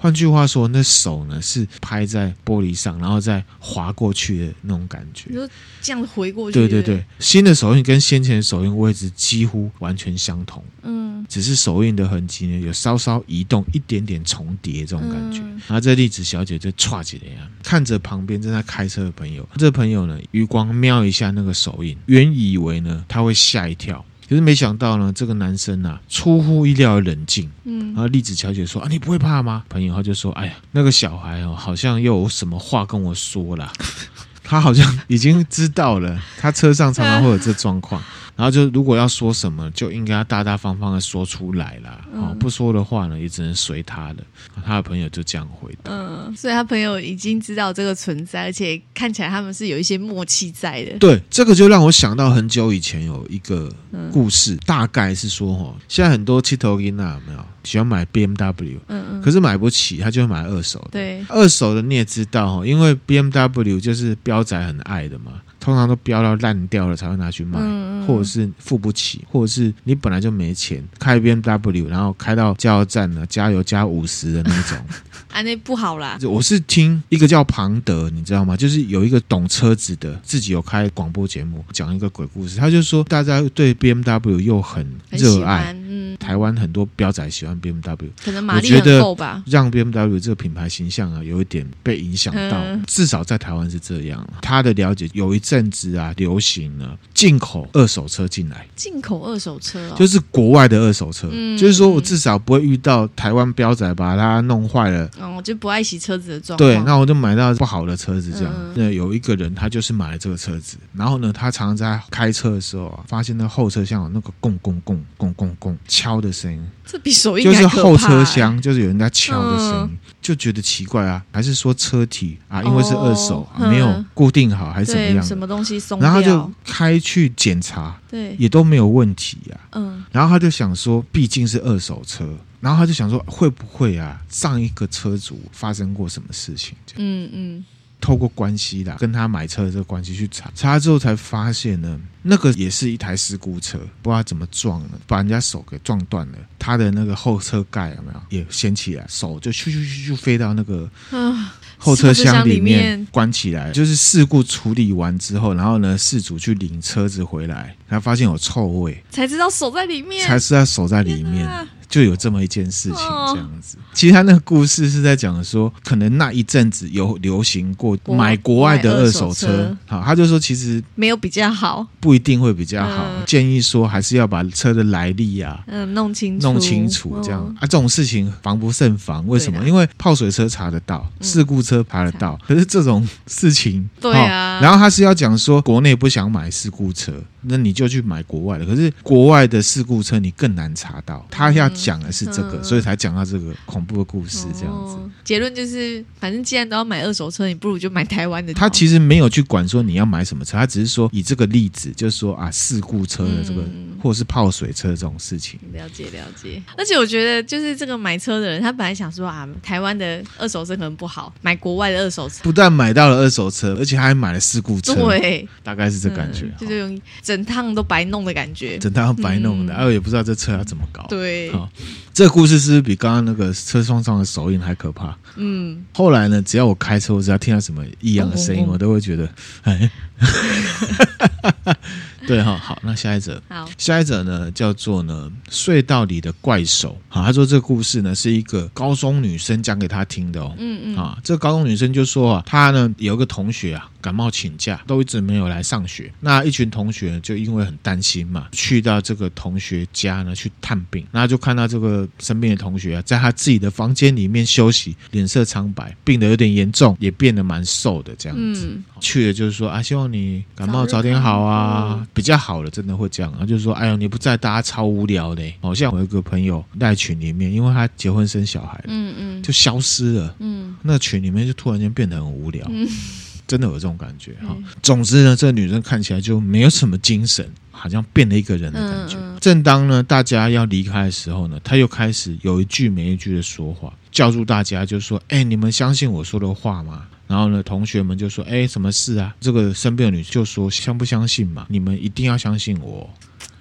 Speaker 1: 换句话说，那手呢是拍在玻璃上，然后再划过去的那种感
Speaker 2: 你
Speaker 1: 觉。
Speaker 2: 说这样回过去，
Speaker 1: 对对对，，新的手印跟先前的手印位置几乎完全相同，
Speaker 2: 嗯，
Speaker 1: 只是手印的痕迹呢有稍稍移动，一点点重叠这种感觉。
Speaker 2: 嗯
Speaker 1: 然后这栗子小姐就歘起来啊，看着旁边正在开车的朋友，这朋友呢余光瞄一下那个手印，原以为呢他会吓一跳，可是没想到呢，这个男生啊，出乎意料的冷静。
Speaker 2: 嗯
Speaker 1: 然，后栗子小姐说：“啊，你不会怕吗？”朋友他就说：“哎呀，那个小孩哦，好像又有什么话跟我说 了，他好像已经知道了，他车上常常会有这状 况。然后就如果要说什么，就应该要大大方方的说出来啦。哦，
Speaker 2: 嗯
Speaker 1: 不说的话呢，也只能随他了。他的朋友就这样回答。
Speaker 2: 嗯，所以他朋友已经知道这个存在，而且看起来他们是有一些默契在的。
Speaker 1: 对，这个就让我想到很久以前有一个
Speaker 2: 嗯
Speaker 1: 故事，大概是说哦，现在很多七头囡啊，有没有喜欢买 BMW，
Speaker 2: 嗯嗯，
Speaker 1: 可是买不起，他就会买二手的。
Speaker 2: 对，
Speaker 1: 二手的你也知道哈，因为 BMW 就是标仔很爱的嘛，通常都标到烂掉了才会拿去卖，
Speaker 2: 嗯嗯
Speaker 1: 或者是付不起，或者是你本来就没钱，开 BMW 然后开到加油站了，加油加五十的那 种。
Speaker 2: 安内啊不好啦。
Speaker 1: 我是听一个叫庞德，你知道吗？就是有一个懂车子的，自己有开广播节目，讲一个鬼故事，他就说大家对 BMW 又很
Speaker 2: 很喜
Speaker 1: 热
Speaker 2: 欢
Speaker 1: 爱，，
Speaker 2: 嗯，
Speaker 1: 台湾很多标仔喜欢 BMW，
Speaker 2: 可能马力
Speaker 1: 我觉
Speaker 2: 很
Speaker 1: 得
Speaker 2: 够吧。
Speaker 1: 让 BMW 这个品牌形象啊，有一点被影响到，
Speaker 2: 嗯
Speaker 1: 至少在台湾是这样。他的了解有一阵子啊，流行了进口二手车进来，
Speaker 2: 进口二手车哦，
Speaker 1: 就是国外的二手车，
Speaker 2: 嗯
Speaker 1: 就是说我至少不会遇到台湾标仔把它弄坏了。
Speaker 2: 哦，就不爱惜车子的状况。
Speaker 1: 对，那我就买到不好的车子，这样
Speaker 2: 嗯。
Speaker 1: 那、有一个人，他就是买了这个车子，然后呢，他常常在开车的时候啊，发现那后车厢有那个“咣咣咣咣咣咣”敲的声音，
Speaker 2: 这比手印
Speaker 1: 就
Speaker 2: 还
Speaker 1: 是
Speaker 2: 可
Speaker 1: 后
Speaker 2: 怕
Speaker 1: 车
Speaker 2: 欸。嗯
Speaker 1: 厢就是有人在敲的声音，就觉得奇怪啊，还是说车体啊，因为是二手、
Speaker 2: 哦
Speaker 1: 啊没有
Speaker 2: 嗯
Speaker 1: 固定好，还是怎么
Speaker 2: 对，
Speaker 1: 样
Speaker 2: 什
Speaker 1: 的？
Speaker 2: 么东西松
Speaker 1: 然后他
Speaker 2: 掉
Speaker 1: 就？开去检查，
Speaker 2: 对，
Speaker 1: 也都没有问题啊。
Speaker 2: 嗯，
Speaker 1: 然后他就想说，毕竟是二手车，然后他就想说，会不会啊，上一个车主发生过什么事情？这样
Speaker 2: 嗯嗯，
Speaker 1: 透过关系啦，跟他买车的这个关系去查，查了之后才发现呢，那个也是一台事故车，不知道怎么撞了，把人家手给撞断了，他的那个后车盖有没有也掀起来，手就咻咻咻咻飞到那个
Speaker 2: 啊，
Speaker 1: 后车厢里
Speaker 2: 后车厢里
Speaker 1: 面
Speaker 2: 面
Speaker 1: 关起来。就是事故处理完之后，然后呢，事主去领车子回来，他发现有臭味，
Speaker 2: 才知道手在里面，
Speaker 1: 才是他手在里
Speaker 2: 天
Speaker 1: 面
Speaker 2: 哪。
Speaker 1: 就有这么一件事情，
Speaker 2: 哦
Speaker 1: 这样子。其实他那个故事是在讲说，可能那一阵子有流行过
Speaker 2: 国
Speaker 1: 买国外的
Speaker 2: 国外
Speaker 1: 二
Speaker 2: 二
Speaker 1: 手
Speaker 2: 手车
Speaker 1: 车，好，他就说其实
Speaker 2: 没有比较好。
Speaker 1: 不一定会比较好，
Speaker 2: 嗯
Speaker 1: 建议说还是要把车的来历啊。
Speaker 2: 嗯，弄清楚，哦嗯
Speaker 1: 弄清楚这样、啊，这种事情防不胜防。为什么？
Speaker 2: 对啦
Speaker 1: 因为泡水车查得到，
Speaker 2: 嗯
Speaker 1: 事故车查得到，可是这种事情，
Speaker 2: 对啊
Speaker 1: 哦然后他是要讲说，国内不想买事故车，那你就去买国外的。可是国外的事故车你更难查到，他要讲的是这个，
Speaker 2: 嗯
Speaker 1: 所以才讲到这个恐怖的故
Speaker 2: 嗯
Speaker 1: 事这样子。
Speaker 2: 哦结论就是，反正既然都要买二手车，你不如就买台湾的就好。
Speaker 1: 他其实没有去管说你要买什么车，他只是说以这个例子，就是说啊，事故车的这个，
Speaker 2: 嗯
Speaker 1: 或者是泡水车这种事情。
Speaker 2: 了解了解，而且我觉得就是这个买车的人，他本来想说啊，台湾的二手车可能不好，买国外的二手车，
Speaker 1: 不但买到了二手车，而且还买了事故车，
Speaker 2: 对，
Speaker 1: 大概是这感觉
Speaker 2: 嗯。就是用整趟都白弄的感觉
Speaker 1: 哦，整趟白弄的，
Speaker 2: 嗯
Speaker 1: 哎、我也不知道这车要怎么搞。，
Speaker 2: 对，
Speaker 1: 好这个故事是不是比刚刚那个车窗上的手印还可怕？
Speaker 2: 嗯，
Speaker 1: 后来呢，只要我开车，我只要听到什么异样的声音，
Speaker 2: 嗡嗡嗡
Speaker 1: 我都会觉得，哎， 对哈、好，那下一则。
Speaker 2: 好，
Speaker 1: 下一则呢，叫做呢隧道里的怪手。好，他说这个故事呢是一个高中女生讲给他听的哦。
Speaker 2: 嗯嗯，
Speaker 1: 啊，这个高中女生就说啊，她呢有一个同学啊感冒请假，都一直没有来上学。那一群同学就因为很担心嘛，去到这个同学家呢去探病，那就看到这个身边的同学啊，在他自己的房间里面休息，脸色苍白，病得有点严重，也变得蛮瘦的这样子。
Speaker 2: 嗯
Speaker 1: 去了就是说啊，希望你感冒
Speaker 2: 早
Speaker 1: 早
Speaker 2: 日
Speaker 1: 点好
Speaker 2: 康
Speaker 1: 啊，
Speaker 2: 复
Speaker 1: 比较好了，真的会这样。然后就说，哎呦，你不在，大家超无聊的。好、像我有一个朋友在群里面，因为他结婚生小孩了，
Speaker 2: 嗯嗯
Speaker 1: 就消失了。
Speaker 2: 嗯，
Speaker 1: 那群里面就突然间变得很无聊，
Speaker 2: 嗯
Speaker 1: 真的有这种感觉哈、
Speaker 2: 嗯
Speaker 1: 总之呢，这个女生看起来就没有什么精神，好像变了一个人的感觉。
Speaker 2: 嗯嗯
Speaker 1: 正当呢大家要离开的时候呢，她又开始有一句没一句的说话，叫住大家就说：“哎，你们相信我说的话吗？”然后呢，同学们就说：“哎，什么事啊？”这个身边的女就说：“相不相信嘛？你们一定要相信我哦。”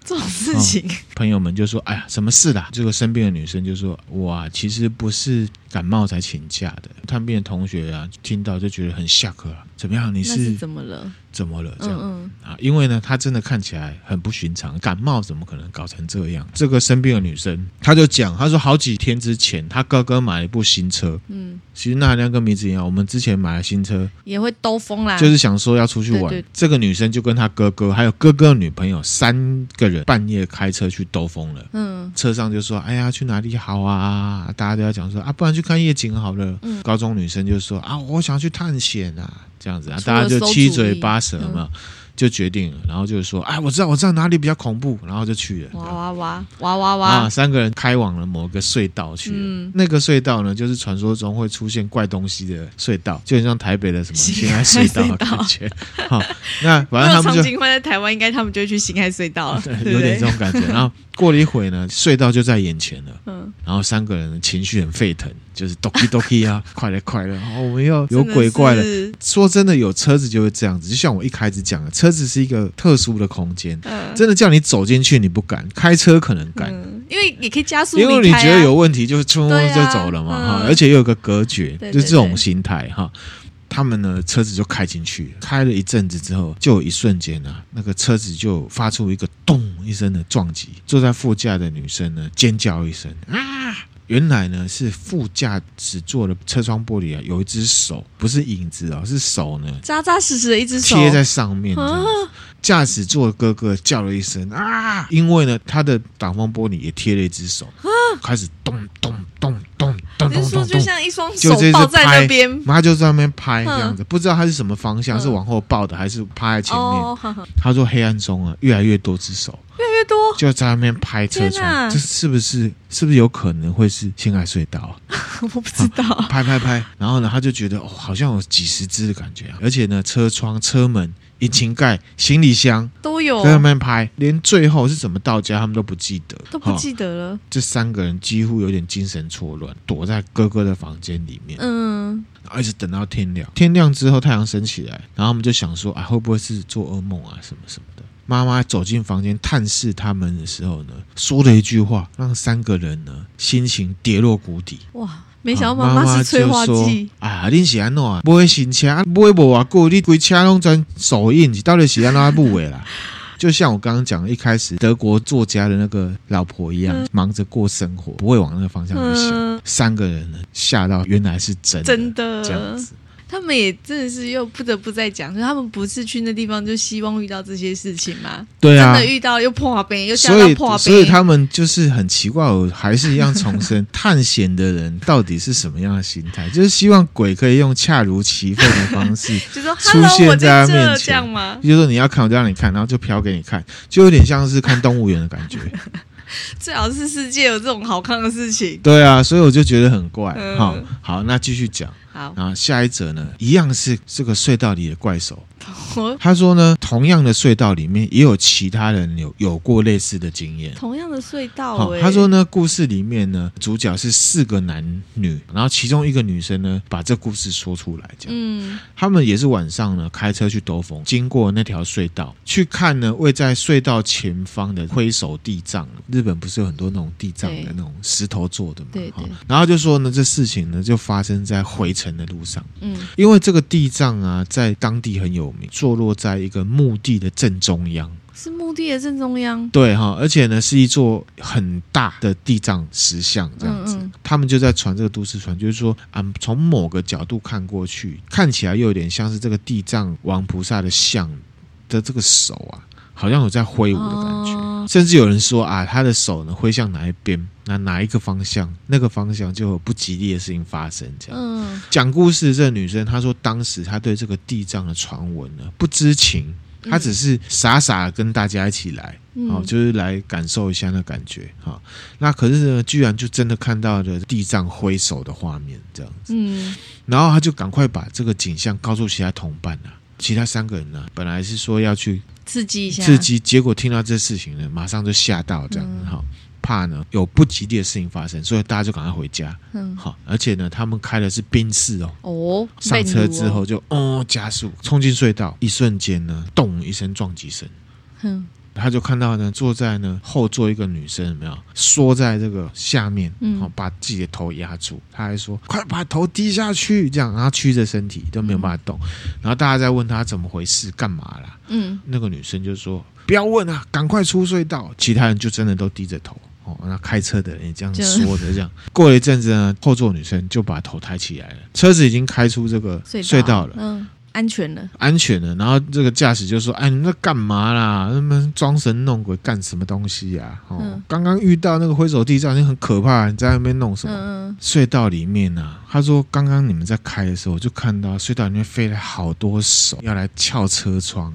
Speaker 2: 这种事情，
Speaker 1: 朋友们就说：“哎呀，什么事啦？”这个身边的女生就说：“哇，其实不是感冒才请假的。”探病的同学啊，听到就觉得很吓客啊。怎么样？你
Speaker 2: 那是
Speaker 1: 是
Speaker 2: 怎么了？
Speaker 1: 怎么了这样。
Speaker 2: 嗯
Speaker 1: 啊，因为呢，她真的看起来很不寻常，感冒怎么可能搞成这样？这个生病的女生，她就讲，她说好几天之前，她哥哥买了一部新车，
Speaker 2: 嗯嗯，
Speaker 1: 其实那含量跟名字一样，我们之前买了新车，
Speaker 2: 也会兜风啦，
Speaker 1: 就是想说要出去玩。
Speaker 2: 啊对对
Speaker 1: 这个女生就跟她哥哥还有哥哥的女朋友三个人半夜开车去兜风了。
Speaker 2: 嗯
Speaker 1: 车上就说：“哎呀，去哪里好啊？”大家都要讲说：“啊，不然去看夜景好了。
Speaker 2: 嗯
Speaker 1: 高中女生就说：“啊，我想去探险啊，这样子啊。”
Speaker 2: 出
Speaker 1: 大
Speaker 2: 了
Speaker 1: 家就
Speaker 2: 馊
Speaker 1: 七
Speaker 2: 主嗯
Speaker 1: 嘴
Speaker 2: 意
Speaker 1: 八舌嘛，就决定了，然后就说：“哎，我知道，我知道哪里比较恐怖。”然后就去了。这
Speaker 2: 哇
Speaker 1: 样
Speaker 2: 哇哇哇哇
Speaker 1: 啊，
Speaker 2: 哇，
Speaker 1: 三个人开往了某个隧道去了。
Speaker 2: 嗯
Speaker 1: 那个隧道呢，就是传说中会出现怪东西的隧道，就很像台北的 什么新安隧道的感觉。好、那反正
Speaker 2: 如
Speaker 1: 他们
Speaker 2: 果场
Speaker 1: 就
Speaker 2: 景放在台湾，应该他们就会去新海隧 道了，对不
Speaker 1: 有点
Speaker 2: 对
Speaker 1: 这？种感觉。然后过了一会呢，隧道就在眼前了。
Speaker 2: 嗯，
Speaker 1: 然后三个人情绪很沸腾，就是 doki doki 啊，快了快了，哦，我们要有鬼怪了
Speaker 2: 真。的是，
Speaker 1: 说真的，有车子就会这样子，就像我一开始讲的，车子是一个特殊的空间，
Speaker 2: 嗯
Speaker 1: 真的叫你走进去你不敢，开车可能敢，
Speaker 2: 嗯，因为也可以加速
Speaker 1: 因为
Speaker 2: 离
Speaker 1: 你
Speaker 2: 开啊
Speaker 1: 觉得有问题就冲
Speaker 2: 对啊
Speaker 1: 就走了嘛哈、
Speaker 2: 嗯
Speaker 1: 而且又有个隔绝，
Speaker 2: 对对
Speaker 1: 就这种心态哈。他们呢，车子就开进去，开了一阵子之后，就有一瞬间啊，那个车子就发出一个咚一声的撞击，坐在副驾的女生呢尖叫一声啊！原来呢是副驾驶座的车窗玻璃啊，有一只手，不是影子哦，是手呢
Speaker 2: 扎扎实实的一只手
Speaker 1: 贴在上面这样
Speaker 2: 啊
Speaker 1: 子。，驾驶座的哥哥叫了一声啊，因为呢，他的挡风玻璃也贴了一只手，开始咚咚咚咚咚
Speaker 2: 啊你
Speaker 1: 咚
Speaker 2: 是说
Speaker 1: 咚
Speaker 2: 就
Speaker 1: 咚，
Speaker 2: 像一双
Speaker 1: 就
Speaker 2: 手
Speaker 1: 这
Speaker 2: 抱
Speaker 1: 只
Speaker 2: 在那
Speaker 1: 拍
Speaker 2: 边，
Speaker 1: 他就在那边拍这样子，不知道他是什么方向，
Speaker 2: 嗯
Speaker 1: 是往后抱的还是趴在前面。
Speaker 2: 哦，呵呵
Speaker 1: 他说黑暗中啊，越来越多只手
Speaker 2: 越来越多，
Speaker 1: 就在那边拍车
Speaker 2: 天哪
Speaker 1: 窗，这是不是是不是有可能会是星海隧道啊？
Speaker 2: 我不知 道，
Speaker 1: 拍拍拍，然后呢，他就觉得哦，好像有几十只的感觉啊，而且呢，车窗、车门、引擎盖、行李箱。
Speaker 2: 都有
Speaker 1: 在那边拍，连最后是怎么到家他们都不记得，
Speaker 2: 都不
Speaker 1: 哈
Speaker 2: 记得了，
Speaker 1: 这三个人几乎有点精神错乱，躲在哥哥的房间里面，
Speaker 2: 嗯，
Speaker 1: 然后一直等到天亮。天亮之后，太阳升起来，然后他们就想说啊，会不会是做噩梦啊，什么什么的。妈妈走进房间探视他们的时候呢，说了一句话，让三个人呢心情跌落谷底。
Speaker 2: 哇，没想到
Speaker 1: 啊妈
Speaker 2: 妈是催
Speaker 1: 就
Speaker 2: 化
Speaker 1: 说
Speaker 2: 剂，
Speaker 1: 啊！恁是安怎样？买新车，啊买无偌久，你规车啊拢全手印，是到底是安怎样啊母的啦？ 就像我刚刚讲的，一开始德国作家的那个老婆一样，
Speaker 2: 嗯
Speaker 1: 忙着过生活，不会往那个方向去想。
Speaker 2: 嗯，
Speaker 1: 三个人呢，吓到原来是真的，
Speaker 2: 真
Speaker 1: 这样
Speaker 2: 的。
Speaker 1: 子。
Speaker 2: 他们也真的是又不得不再讲，就他们不是去那地方就希望遇到这些事情吗？
Speaker 1: 对啊
Speaker 2: 真的，遇到又破杯，又加
Speaker 1: 所
Speaker 2: 到
Speaker 1: 以
Speaker 2: 破杯，
Speaker 1: 所以他们就是很奇怪，我还是一样重申， 探险的人到底是什么样的心态？就是希望鬼可以用恰如其分的方式
Speaker 2: 就说
Speaker 1: 出
Speaker 2: “hello，我
Speaker 1: 现在
Speaker 2: 在
Speaker 1: 他面
Speaker 2: 这”
Speaker 1: 前
Speaker 2: 这样吗？
Speaker 1: 就是说你要看我就让你看，然后就飘给你看，就有点像是看动物园的感觉。
Speaker 2: 最好是世界有这种好看的事情。
Speaker 1: 对啊，所以我就觉得很怪。
Speaker 2: 嗯
Speaker 1: 好、好，那继续讲
Speaker 2: 好，
Speaker 1: 啊，下一则呢，一样是这个隧道里的怪兽。
Speaker 2: 我
Speaker 1: 他说呢，同样的隧道里面也有其他人有有过类似的经验。
Speaker 2: 同样的隧
Speaker 1: 好、
Speaker 2: 道、欸，
Speaker 1: 哦他说呢，故事里面呢，主角是四个男女，然后其中一个女生呢，把这故事说出来，这样。
Speaker 2: 嗯，
Speaker 1: 他们也是晚上呢开车去兜风，经过那条隧道，去看呢位在隧道前方的挥手地藏。日本不是有很多那种地藏的
Speaker 2: 对
Speaker 1: 那种石头做的嘛？
Speaker 2: 对
Speaker 1: 哈
Speaker 2: 对
Speaker 1: 然后就说呢，这事情呢就发生在回程的路上，
Speaker 2: 嗯
Speaker 1: 因为这个地藏啊在当地很有名，坐落在一个墓地的正中央。
Speaker 2: 是墓地的正中央，
Speaker 1: 对哈，而且呢是一座很大的地藏石像这样子，
Speaker 2: 嗯嗯
Speaker 1: 他们就在传这个都市传，就是说啊，从某个角度看过去，看起来又有点像是这个地藏王菩萨的像的这个手啊，好像有在挥舞的感觉。
Speaker 2: 哦
Speaker 1: 甚至有人说啊，他的手呢挥向哪一边，那哪一个方向，那个方向就有不吉利的事情发生。这样、
Speaker 2: 嗯
Speaker 1: 讲故事的这个女生她说，当时她对这个地藏的传闻呢不知情，她只是傻傻地跟大家一起来，
Speaker 2: 嗯
Speaker 1: 哦，就是来感受一下那感觉哈、哦那可是呢，居然就真的看到了地藏挥手的画面，这样。
Speaker 2: 嗯
Speaker 1: 然后他就赶快把这个景象告诉其他同伴啊，其他三个人呢、本来是说要去
Speaker 2: 刺激一下，
Speaker 1: 刺激，结果听到这事情呢，马上就吓到这样
Speaker 2: 嗯
Speaker 1: 哈、怕呢有不吉利的事情发生，所以大家就赶快回家。
Speaker 2: 嗯
Speaker 1: 好、而且呢，他们开的是宾士哦，
Speaker 2: 哦，
Speaker 1: 上
Speaker 2: 被
Speaker 1: 车
Speaker 2: 掳哦
Speaker 1: 之后，呃就哦加速冲进隧道，一瞬间呢，咚一声撞击声。
Speaker 2: 哼
Speaker 1: 他就看到呢坐在呢后座一个女生有没有缩在这个下面，
Speaker 2: 嗯
Speaker 1: 好、把自己的头压住，他还说快把头低下去，这样，然后屈着身体都没有办法动，然后大家在问他怎么回事，干嘛啦？
Speaker 2: 嗯，
Speaker 1: 那个女生就说不要问啊，赶快出隧道，其他人就真的都低着头。哦，那开车的人也这样
Speaker 2: 就
Speaker 1: 说的，这样过了一阵子呢，后座女生就把头抬起来了，车子已经开出这个
Speaker 2: 隧
Speaker 1: 隧道了，
Speaker 2: 嗯，安全了，
Speaker 1: 安全的，然后这个驾驶就说：“哎，你们在干嘛啦？那么装神弄鬼干什么东西呀、哦，
Speaker 2: 嗯
Speaker 1: 刚刚遇到那个挥手地藏，你很可怕，你在那边弄什么？
Speaker 2: 嗯嗯，
Speaker 1: 隧道里面呢、啊，他说刚刚你们在开的时候，我就看到隧道里面飞来好多手，要来撬车窗。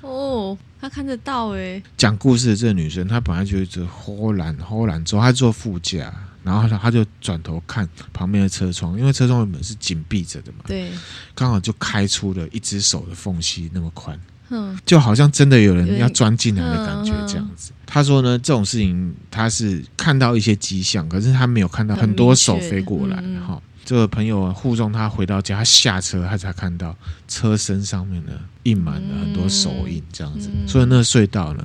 Speaker 2: 哦，他看得到哎，
Speaker 1: 讲故事的这个女生，她本来就一直齁懒齁懒，之后她坐副驾，然后她她就转头看旁边的车窗，因为车窗原本是紧闭着的嘛，
Speaker 2: 对，
Speaker 1: 刚好就开出了一只手的缝隙那么宽。”
Speaker 2: 嗯
Speaker 1: 就好像真的有
Speaker 2: 有
Speaker 1: 人
Speaker 2: 点
Speaker 1: 要钻进来的感觉
Speaker 2: 嗯嗯
Speaker 1: 这样子。他说呢，这种事情他是看到一些迹象，可是他没有看到
Speaker 2: 很
Speaker 1: 很多手飞过来
Speaker 2: 明确嗯嗯
Speaker 1: 哈。这个朋友护送他回到家，他下车，他才看到车身上面呢印满了很多手印，这样子。
Speaker 2: 嗯
Speaker 1: 所以那个隧道呢，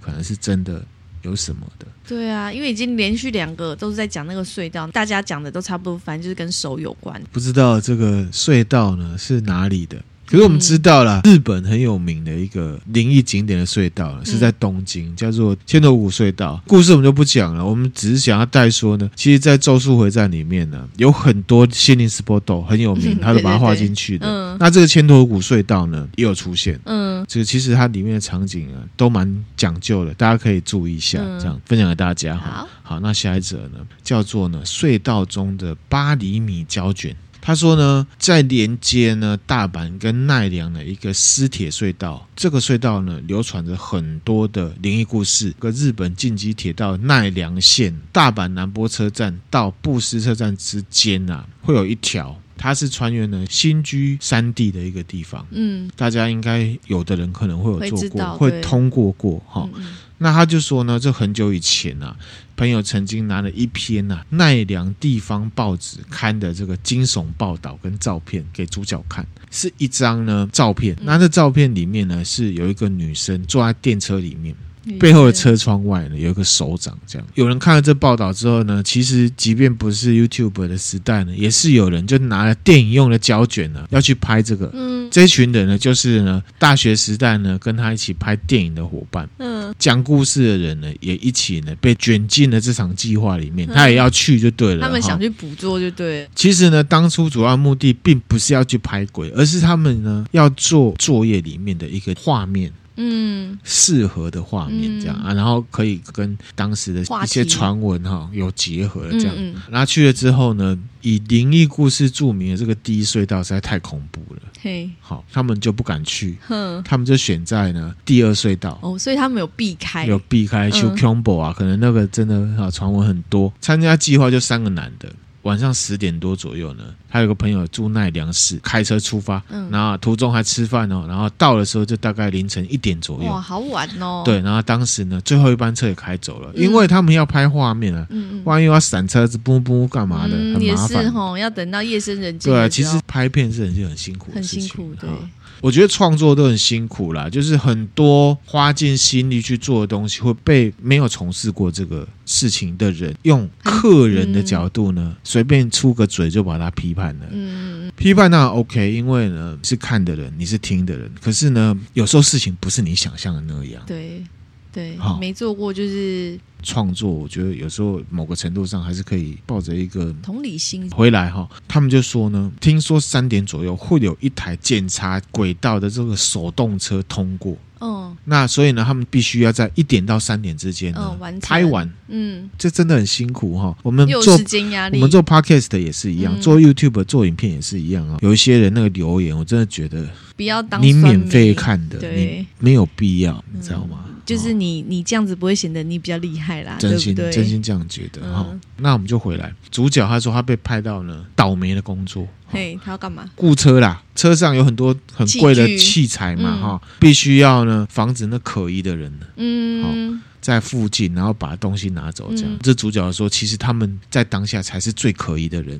Speaker 1: 可能是真的有什么的。
Speaker 2: 对啊，因为已经连续两个都是在讲那个隧道，大家讲的都差不多，反正就是跟手有关。
Speaker 1: 不知道这个隧道呢是哪里
Speaker 2: 嗯
Speaker 1: 的。可是我们知道了，日本很有名的一个灵异景点的隧道
Speaker 2: 嗯
Speaker 1: 呢是在东京，叫做千头谷隧道。故事我们就不讲了，我们只是想要带说呢，其实，在《咒术回战》里面呢，有很多心灵 spot 很有名
Speaker 2: 嗯，
Speaker 1: 它都把它
Speaker 2: 对对
Speaker 1: 画
Speaker 2: 对
Speaker 1: 进去的。
Speaker 2: 嗯
Speaker 1: 那这个千头谷隧道呢，也有出现。
Speaker 2: 嗯，
Speaker 1: 这个其实它里面的场景啊，都蛮讲究的，大家可以注意一下，
Speaker 2: 嗯
Speaker 1: 这样分享给大家哈。
Speaker 2: 好，
Speaker 1: 好，那下一则呢，叫做呢隧道中的八厘米胶卷。他说呢，在连接呢大阪跟奈良的一个私铁隧道，这个隧道呢流传着很多的灵异故事。个日本近畿铁道奈良县大阪南波车站到布斯车站之间啊，会有一条，它是穿越呢新居山地的一个地方。
Speaker 2: 嗯，
Speaker 1: 大家应该有的人可能会有
Speaker 2: 会
Speaker 1: 做
Speaker 2: 知
Speaker 1: 过，
Speaker 2: 道
Speaker 1: 会
Speaker 2: 对
Speaker 1: 通过过哈。
Speaker 2: 嗯嗯
Speaker 1: 那他就说呢，这很久以前啊，朋友曾经拿了一篇啊奈良地方报纸刊的这个惊悚报道跟照片给主角看，是一张呢照片。
Speaker 2: 嗯
Speaker 1: 那这照片里面呢是有一个女生坐在电车里面，
Speaker 2: 嗯
Speaker 1: 背后的车窗外呢有一个手掌，这样。有人看了这报道之后呢，其实即便不是 YouTube 的时代呢，也是有人就拿了电影用的胶卷呢要去拍这个。
Speaker 2: 嗯
Speaker 1: 这群人呢，就是呢大学时代呢跟他一起拍电影的伙伴。
Speaker 2: 嗯，
Speaker 1: 讲故事的人呢，也一起呢被卷进了这场计划里面，
Speaker 2: 嗯
Speaker 1: 他也要去就对了。
Speaker 2: 他们想
Speaker 1: 哈
Speaker 2: 去捕捉就对了，
Speaker 1: 其实呢，当初主要目的并不是要去拍鬼，而是他们呢要做作业里面的一个画面。
Speaker 2: 嗯
Speaker 1: 适合的画面这样、
Speaker 2: 嗯
Speaker 1: 啊，然后可以跟当时的
Speaker 2: 话
Speaker 1: 一些
Speaker 2: 题
Speaker 1: 传闻哈、有结合这样。
Speaker 2: 嗯嗯
Speaker 1: 然后去了之后呢，以灵异故事著名的这个第一隧道实在太恐怖了，
Speaker 2: 嘿，
Speaker 1: 好，他们就不敢去，
Speaker 2: 哼，
Speaker 1: 他们就选在呢第二隧道。
Speaker 2: 哦，所以他们有避开，
Speaker 1: 有避开修
Speaker 2: 嗯
Speaker 1: combo 啊，可能那个真的啊传闻很多。参加计划就三个男的，晚上十点多左右呢，他有个朋友住奈良市，开车出发，
Speaker 2: 嗯
Speaker 1: 然后途中还吃饭哦，然后到的时候就大概凌晨一点左
Speaker 2: 哇，
Speaker 1: 右。
Speaker 2: 好晚哦，，
Speaker 1: 对，然后当时呢，最后一班车也开走了，
Speaker 2: 嗯
Speaker 1: 因为他们要拍画面啊，
Speaker 2: 嗯嗯。
Speaker 1: 万一要闪车子、嘣嘣干嘛的，
Speaker 2: 嗯
Speaker 1: 很
Speaker 2: 也
Speaker 1: 麻
Speaker 2: 是
Speaker 1: 烦。
Speaker 2: 吼，要等到夜深人静
Speaker 1: 对，啊
Speaker 2: 的
Speaker 1: 其
Speaker 2: 时候。
Speaker 1: 实拍片是很很辛苦的
Speaker 2: 很
Speaker 1: 事情，
Speaker 2: 辛苦，对，
Speaker 1: 啊我觉得创作都很辛苦啦，就是很多花尽心力去做的东西，会被没有从事过这个事情的人用客人的角度呢，随便出个嘴就把它批判了。
Speaker 2: 嗯嗯
Speaker 1: 批判那 OK，因为呢是看的人，你是听的人，可是呢有时候事情不是你想象的那样
Speaker 2: 嗯，。对对
Speaker 1: 好，
Speaker 2: 没做过就是
Speaker 1: 创作我觉得有时候某个程度上还是可以抱着一个
Speaker 2: 同理心，
Speaker 1: 回来哈，他们就说呢，听说三点左右会有一台检查轨道的这个手动车通过。
Speaker 2: 嗯
Speaker 1: 那所以呢，他们必须要在一点到三点之间呢、
Speaker 2: 嗯完成
Speaker 1: 拍完，
Speaker 2: 嗯，
Speaker 1: 这真的很辛苦哈、我们
Speaker 2: 又
Speaker 1: 嗯
Speaker 2: 有
Speaker 1: 做
Speaker 2: 时间压
Speaker 1: 我
Speaker 2: 力，
Speaker 1: 们做 podcast 也是一样，
Speaker 2: 嗯
Speaker 1: 做 YouTube 做影片也是一样啊、有一些人那个留言，我真的觉得
Speaker 2: 不要当
Speaker 1: 你
Speaker 2: 酸
Speaker 1: 免费
Speaker 2: 民，
Speaker 1: 看的，
Speaker 2: 对嗯
Speaker 1: 你没有必要，你知道吗？
Speaker 2: 就是
Speaker 1: 哦
Speaker 2: 你你这样子不会显得你比较厉害啦，
Speaker 1: 真心
Speaker 2: 对不对
Speaker 1: 真心这样觉得哈、
Speaker 2: 嗯
Speaker 1: 那我们就回来，主角他说他被派到呢倒霉的工作。哦
Speaker 2: 嘿，他要干嘛？
Speaker 1: 雇车啦，车上有很多很贵的
Speaker 2: 器具
Speaker 1: 器材嘛，
Speaker 2: 嗯
Speaker 1: 哈、必须要呢防止那可疑的人呢
Speaker 2: 嗯，
Speaker 1: 在附近，然后把东西拿走，这样。
Speaker 2: 嗯
Speaker 1: 这主角说，其实他们在当下才是最可疑的 人，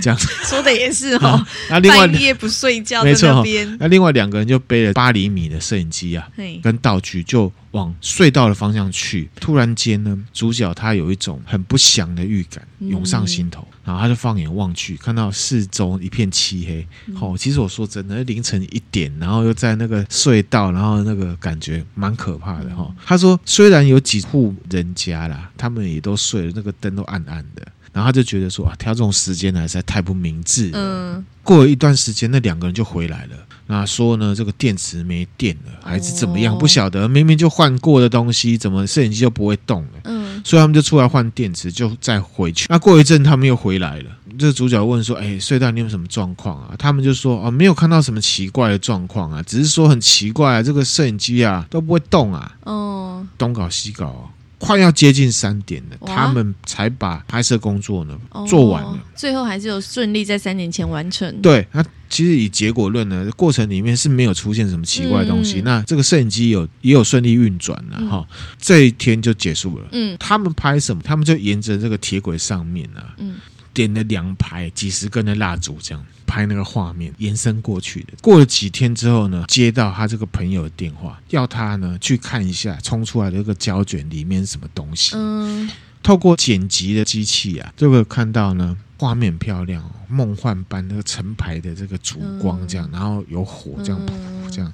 Speaker 1: 这样。
Speaker 2: 说的也是
Speaker 1: 好
Speaker 2: 哦，
Speaker 1: 那啊另外
Speaker 2: 半，夜不睡觉
Speaker 1: 没
Speaker 2: 在
Speaker 1: 错
Speaker 2: 那边，
Speaker 1: 那另外两个人就背了八厘米的摄影机啊，
Speaker 2: 嘿，
Speaker 1: 跟道具，就往隧道的方向去，突然间呢，主角他有一种很不祥的预感涌上心头，然后他就放眼望去，看到四周一片漆黑。哦，其实我说真的，凌晨一点，然后又在那个隧道，然后那个感觉蛮可怕的哈、哦。他说，虽然有几户人家啦，他们也都睡了，那个灯都暗暗的。然后他就觉得说啊，挑这种时间来实在太不明智了。
Speaker 2: 嗯，
Speaker 1: 过了一段时间，那两个人就回来了。那说呢，这个电池没电了，还是怎么样？
Speaker 2: 哦
Speaker 1: 不晓得，明明就换过的东西，怎么摄影机就不会动了？
Speaker 2: 嗯，
Speaker 1: 所以他们就出来换电池，就再回去。那过一阵，他们又回来了。这主角问说：“哎，隧道你有什么状况啊？”他们就说：“哦，没有看到什么奇怪的状况啊，只是说很奇怪啊，这个摄影机啊都不会动啊，
Speaker 2: 哦，
Speaker 1: 东搞西搞、哦。”快要接近三点了，
Speaker 2: 哇
Speaker 1: 他们才把拍摄工作呢
Speaker 2: 哦
Speaker 1: 做完了。，
Speaker 2: 最后还是有顺利在三年前完成。，
Speaker 1: 对，那其实以结果论呢，过程里面是没有出现什么奇怪的东西。
Speaker 2: 嗯
Speaker 1: 那这个摄影机有也有顺利运转了
Speaker 2: 嗯
Speaker 1: 哈、这一天就结束了。
Speaker 2: 嗯
Speaker 1: 他们拍什么？他们就沿着这个铁轨上面啊，
Speaker 2: 嗯，
Speaker 1: 点了两排几十根的蜡烛，这样拍那个画面延伸过去的。过了几天之后呢，接到他这个朋友的电话，要他呢去看一下冲出来的这个胶卷里面是什么东西。
Speaker 2: 嗯，
Speaker 1: 透过剪辑的机器啊，就会看到呢，画面很漂亮、哦，梦幻般那个成排的这个烛光这样，然后有火这样
Speaker 2: 嗯
Speaker 1: 噗噗噗这样，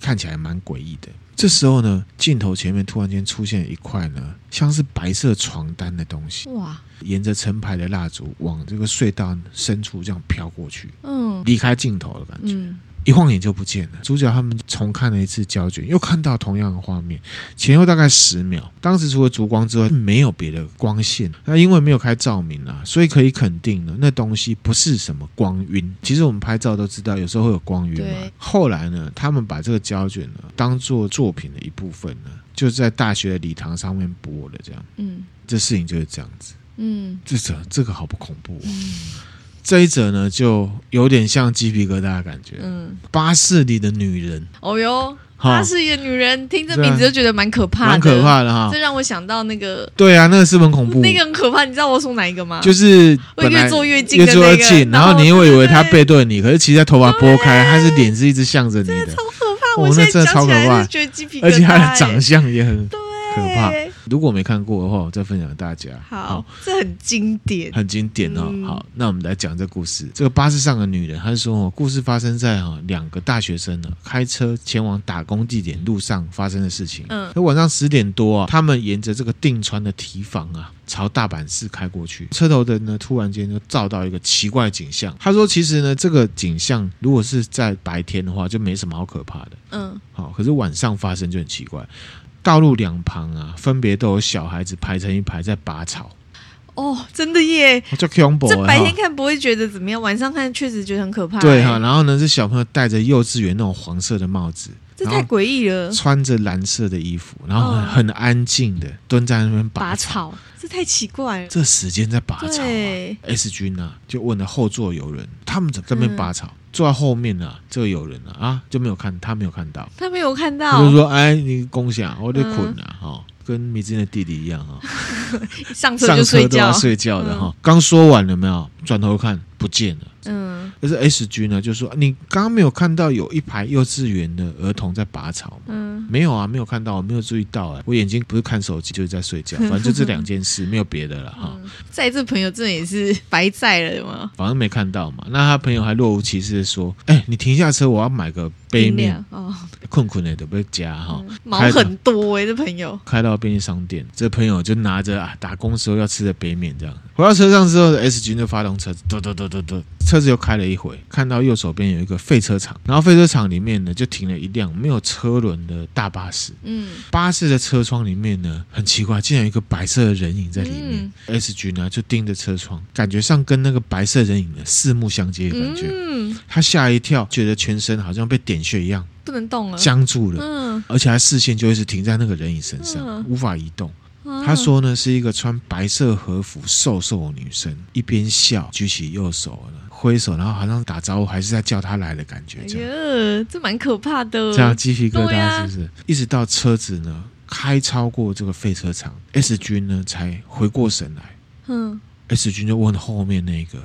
Speaker 1: 看起来蛮诡异的。这时候呢，镜头前面突然间出现一块呢，像是白色床单的东西，
Speaker 2: 哇，
Speaker 1: 沿着成排的蜡烛往这个隧道深处这样飘过去，
Speaker 2: 嗯
Speaker 1: 离开镜头的感觉。
Speaker 2: 嗯，
Speaker 1: 一晃眼就不见了。主角他们重看了一次胶卷，又看到同样的画面，前后大概十秒。当时除了烛光之外，没有别的光线。那因为没有开照明啊，所以可以肯定呢，那东西不是什么光晕。其实我们拍照都知道，有时候会有光晕嘛
Speaker 2: 对。
Speaker 1: 后来呢，他们把这个胶卷呢当做作品的一部分呢，就在大学的礼堂上面播了。这样，
Speaker 2: 嗯
Speaker 1: 这事情就是这样子。
Speaker 2: 嗯，
Speaker 1: 这则这个好不恐怖、哦。这一则呢，就有点像鸡皮疙瘩的感觉。
Speaker 2: 嗯，
Speaker 1: 巴士里的女人，
Speaker 2: 哦哟，
Speaker 1: 哈
Speaker 2: 她，是一个女人，听这
Speaker 1: 对啊
Speaker 2: 名字就觉得蛮可怕的，
Speaker 1: 蛮可怕的哈
Speaker 2: 这。让我想到那个
Speaker 1: 对啊，那个是不是很恐怖，
Speaker 2: 那个很可怕，你知道我从哪一个吗？
Speaker 1: 就是
Speaker 2: 会
Speaker 1: 本来
Speaker 2: 越做越近
Speaker 1: 越
Speaker 2: 的
Speaker 1: 坐
Speaker 2: 那
Speaker 1: 越
Speaker 2: 个，
Speaker 1: 近，然后你又以为他背对你，可是其实他头发拨开，他是脸是一直向着你
Speaker 2: 对，真啊
Speaker 1: 的
Speaker 2: 的，超可怕，
Speaker 1: 哦
Speaker 2: 我
Speaker 1: 那
Speaker 2: 现
Speaker 1: 真
Speaker 2: 在
Speaker 1: 的超
Speaker 2: 想起
Speaker 1: 可怕
Speaker 2: 来就觉得鸡皮疙瘩，
Speaker 1: 而且他的
Speaker 2: 哎
Speaker 1: 长相也很。
Speaker 2: 对
Speaker 1: 可怕如果没看过的话，我再分享给大家。
Speaker 2: 好，这很经典。
Speaker 1: 很经典哦。
Speaker 2: 嗯
Speaker 1: 好，那我们来讲这故事。这个巴士上的女人，她是说哦，故事发生在哈两个大学生呢开车前往打工地点路上发生的事情。
Speaker 2: 嗯
Speaker 1: 那晚上十点多啊，他们沿着这个定川的堤防啊，朝大阪市开过去。车头灯呢，突然间就照到一个奇怪的景象。他说，其实呢，这个景象如果是在白天的话，就没什么好可怕的。
Speaker 2: 嗯
Speaker 1: 好，可是晚上发生就很奇怪。道路两旁啊，分别都有小孩子排成一排在拔草，
Speaker 2: 哦，真的耶！
Speaker 1: 哦叫 combo
Speaker 2: 这白天看不会觉得怎么样，晚上看确实觉得很可怕。欸
Speaker 1: 对哈，，然后呢，这小朋友戴着幼稚园那种黄色的帽子，
Speaker 2: 这
Speaker 1: 然
Speaker 2: 太
Speaker 1: 后
Speaker 2: 诡异了。
Speaker 1: 穿着蓝色的衣服，然后很
Speaker 2: 嗯
Speaker 1: 很安静的蹲在那边拔
Speaker 2: 拔
Speaker 1: 草。
Speaker 2: 草，这太奇怪了。
Speaker 1: 这时间在拔草啊
Speaker 2: 对，
Speaker 1: ，S 君啊就问了后座友人，他们怎么在那边拔
Speaker 2: 嗯
Speaker 1: 草？坐在后面啊，这个友人啊啊就没有看，他没有看到，
Speaker 2: 他没有看
Speaker 1: 他
Speaker 2: 到
Speaker 1: 就说：“哎，你共享，我得困了哈。哦”跟米之的弟弟一样 啊，哦
Speaker 2: 上车
Speaker 1: 上
Speaker 2: 嗯就
Speaker 1: 车
Speaker 2: 睡
Speaker 1: 都要
Speaker 2: 觉。
Speaker 1: 睡觉的哈。哦刚说完了没有？转头看不见了。
Speaker 2: 嗯
Speaker 1: 可是 S 君呢，就说你刚刚没有看到有一排幼稚园的儿童在拔草吗？
Speaker 2: 嗯
Speaker 1: 没有啊，没有看到，我没有注意到啊，我眼睛不是看手机就是在睡 觉，反正就这两件事，没有别的了哈。
Speaker 2: 嗯，在这朋友真的也是白在了，有没有？
Speaker 1: 反正没看到嘛，那他朋友还若无其事的说：“哎、你停下车，我要买个杯
Speaker 2: 饮
Speaker 1: 面
Speaker 2: 料，哦，
Speaker 1: 困困的都被加哈。
Speaker 2: 嗯毛
Speaker 1: 开的
Speaker 2: 很多哎，这朋友。
Speaker 1: 开到便利商店，这朋友就拿着啊打工时候要吃的杯面这样。回到车上之后，S 君就发动车子，嘟嘟嘟嘟嘟，车子又开了一回，看到右手边有一个废车场，然后废车场里面呢就停了一辆没有车轮的大巴士。
Speaker 2: 嗯
Speaker 1: 巴士的车窗里面呢，很奇怪，竟然有一个白色的人影在里面
Speaker 2: 嗯。
Speaker 1: S 君呢就盯着车窗，感觉上跟那个白色人影呢四目相接的感觉。
Speaker 2: 嗯，
Speaker 1: 他吓一跳，觉得全身好像被点穴一样
Speaker 2: 不能动了。
Speaker 1: 僵住了，
Speaker 2: 嗯，
Speaker 1: 而且他视线就一直停在那个人影身上
Speaker 2: 嗯，
Speaker 1: 无法移动。
Speaker 2: 啊
Speaker 1: 他说呢，是一个穿白色和服、瘦瘦的女生，一边笑，举起右手呢挥手，然后好像打招呼，还是在叫他来的感：“觉，
Speaker 2: 哎
Speaker 1: 这样
Speaker 2: 呀，这蛮可怕的。”
Speaker 1: 这样鸡皮疙
Speaker 2: 对
Speaker 1: 瘩
Speaker 2: 啊
Speaker 1: 是不是？一直到车子呢开超过这个废车场，S 君呢才回过神来
Speaker 2: 嗯，
Speaker 1: ，S 君就问后面那个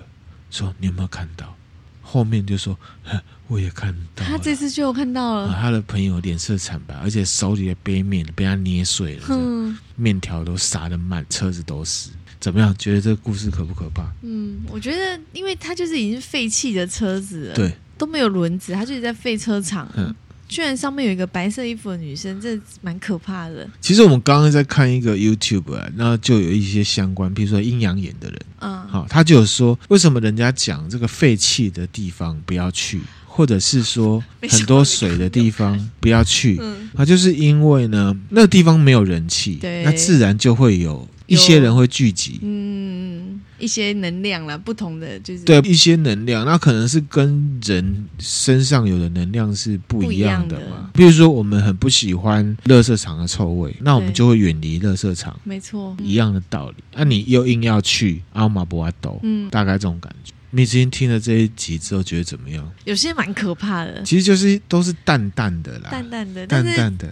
Speaker 1: 说：“你有没有看到？”后面就说呵我也看到了。
Speaker 2: 他这次就有看到
Speaker 1: 啊
Speaker 2: 了，
Speaker 1: 他的朋友脸色惨白，而且手里的杯面被他捏碎了，这样
Speaker 2: 哼，
Speaker 1: 面条都撒的满，车子都是。怎么样？觉得这个故事可不可怕？
Speaker 2: 嗯，我觉得，因为他就是已经废弃的车子了，
Speaker 1: 对，
Speaker 2: 都没有轮子，他就是在废车场啊。
Speaker 1: 嗯
Speaker 2: 居然上面有一个白色衣服的女生，这蛮可怕的。
Speaker 1: 其实我们刚刚在看一个 YouTube 啊，那就有一些相关，比如说阴阳眼的人，
Speaker 2: 嗯，
Speaker 1: 好、他就有说为什么人家讲这个废弃的地方不要去，或者是 说
Speaker 2: 没想到
Speaker 1: 很多水的地方 不要去。
Speaker 2: 嗯，
Speaker 1: 啊，就是因为呢，那地方没有人气，
Speaker 2: 对
Speaker 1: 那自然就会有一些人会聚集，
Speaker 2: 嗯，一些能量啦，不同的就是
Speaker 1: 对一些能量，那可能是跟人身上有的能量是不一样的
Speaker 2: 不一样
Speaker 1: 嘛。比如说，我们很不喜欢垃圾场的臭味，那我们
Speaker 2: 对
Speaker 1: 就会远离垃圾场，
Speaker 2: 没错，
Speaker 1: 一样的道理。那、你又硬要去阿玛博阿斗，
Speaker 2: 嗯，
Speaker 1: 大概这种感觉。你今天听了这一集之后，觉得怎么样？
Speaker 2: 有些蛮可怕的，
Speaker 1: 其实就是都是淡淡的啦，
Speaker 2: 淡淡的，
Speaker 1: 啊淡
Speaker 2: 但是
Speaker 1: 淡的，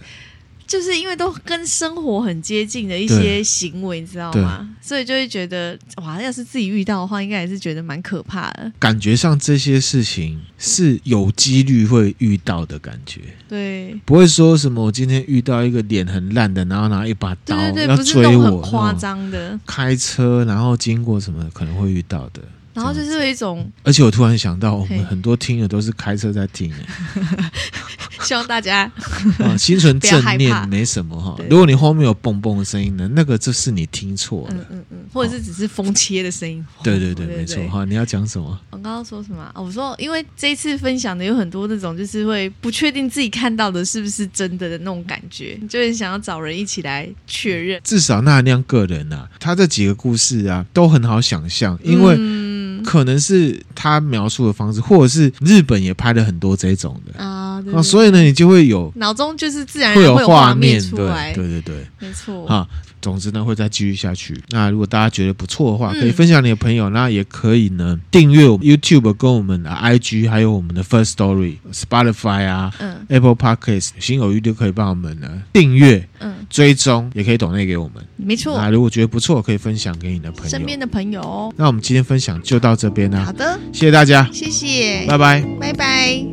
Speaker 2: 就是因为都跟生活很接近的一些
Speaker 1: 对
Speaker 2: 行为，你知道吗？所以就会觉得哇，要是自己遇到的话，应该也是觉得蛮可怕的。
Speaker 1: 感觉上这些事情是有几率会遇到的感觉。
Speaker 2: 对，
Speaker 1: 不会说什么我今天遇到一个脸很烂的，然后拿一把刀
Speaker 2: 对对对，
Speaker 1: 要
Speaker 2: 不是
Speaker 1: 追
Speaker 2: 那种
Speaker 1: 我，嗯
Speaker 2: 很夸
Speaker 1: 那种
Speaker 2: 张的，
Speaker 1: 开车然后经过什么可能会遇到的。
Speaker 2: 然后就是有一种
Speaker 1: 而且我突然想到，我
Speaker 2: 嘿
Speaker 1: 们很多听友都是开车在听，
Speaker 2: 希望 大家
Speaker 1: 哎啊，心存正
Speaker 2: 不要害怕
Speaker 1: 念没什么哈
Speaker 2: 对。
Speaker 1: 如果你后面有蹦蹦的声音呢，那个就是你听错了。
Speaker 2: 嗯嗯嗯，或者是只是风切的声音。
Speaker 1: 对对对，
Speaker 2: 对
Speaker 1: 没错。哈。你要讲什么？
Speaker 2: 我刚刚说什么啊、哦我说，因为这一次分享的有很多那种，就是会不确定自己看到的是不是真的的那种感觉，你就很想要找人一起来确认。
Speaker 1: 至少那亮个人啊，他这几个故事啊都很好想象，因为
Speaker 2: 嗯
Speaker 1: 可能是他描述的方式，或者是日本也拍了很多这种的
Speaker 2: 啊，对
Speaker 1: 啊，
Speaker 2: 以
Speaker 1: 所以呢，你就会有
Speaker 2: 脑中就是自然而
Speaker 1: 会
Speaker 2: 然
Speaker 1: 有
Speaker 2: 会有
Speaker 1: 画
Speaker 2: 面
Speaker 1: 面，
Speaker 2: 出来
Speaker 1: 对，对对对，
Speaker 2: 没错。
Speaker 1: 啊，总之呢会再继续下去。那如果大家觉得不错的话，
Speaker 2: 嗯
Speaker 1: 可以分享你的朋友，那也可以呢订阅我们 YouTube 跟我们的 IG，还有我们的 First Story、Spotify 啊。
Speaker 2: 嗯
Speaker 1: Apple Podcast 心有余力可以帮我们呢订阅、
Speaker 2: 嗯，
Speaker 1: 追踪，也可以抖内给我们。
Speaker 2: 没错
Speaker 1: 那，如果觉得不错，可以分享给你的朋
Speaker 2: 身边
Speaker 1: 友。
Speaker 2: 的朋友哦。
Speaker 1: 那我们今天分享就到这边啦、
Speaker 2: 好的，
Speaker 1: 谢谢大家，
Speaker 2: 谢谢，
Speaker 1: 拜拜。
Speaker 2: 拜拜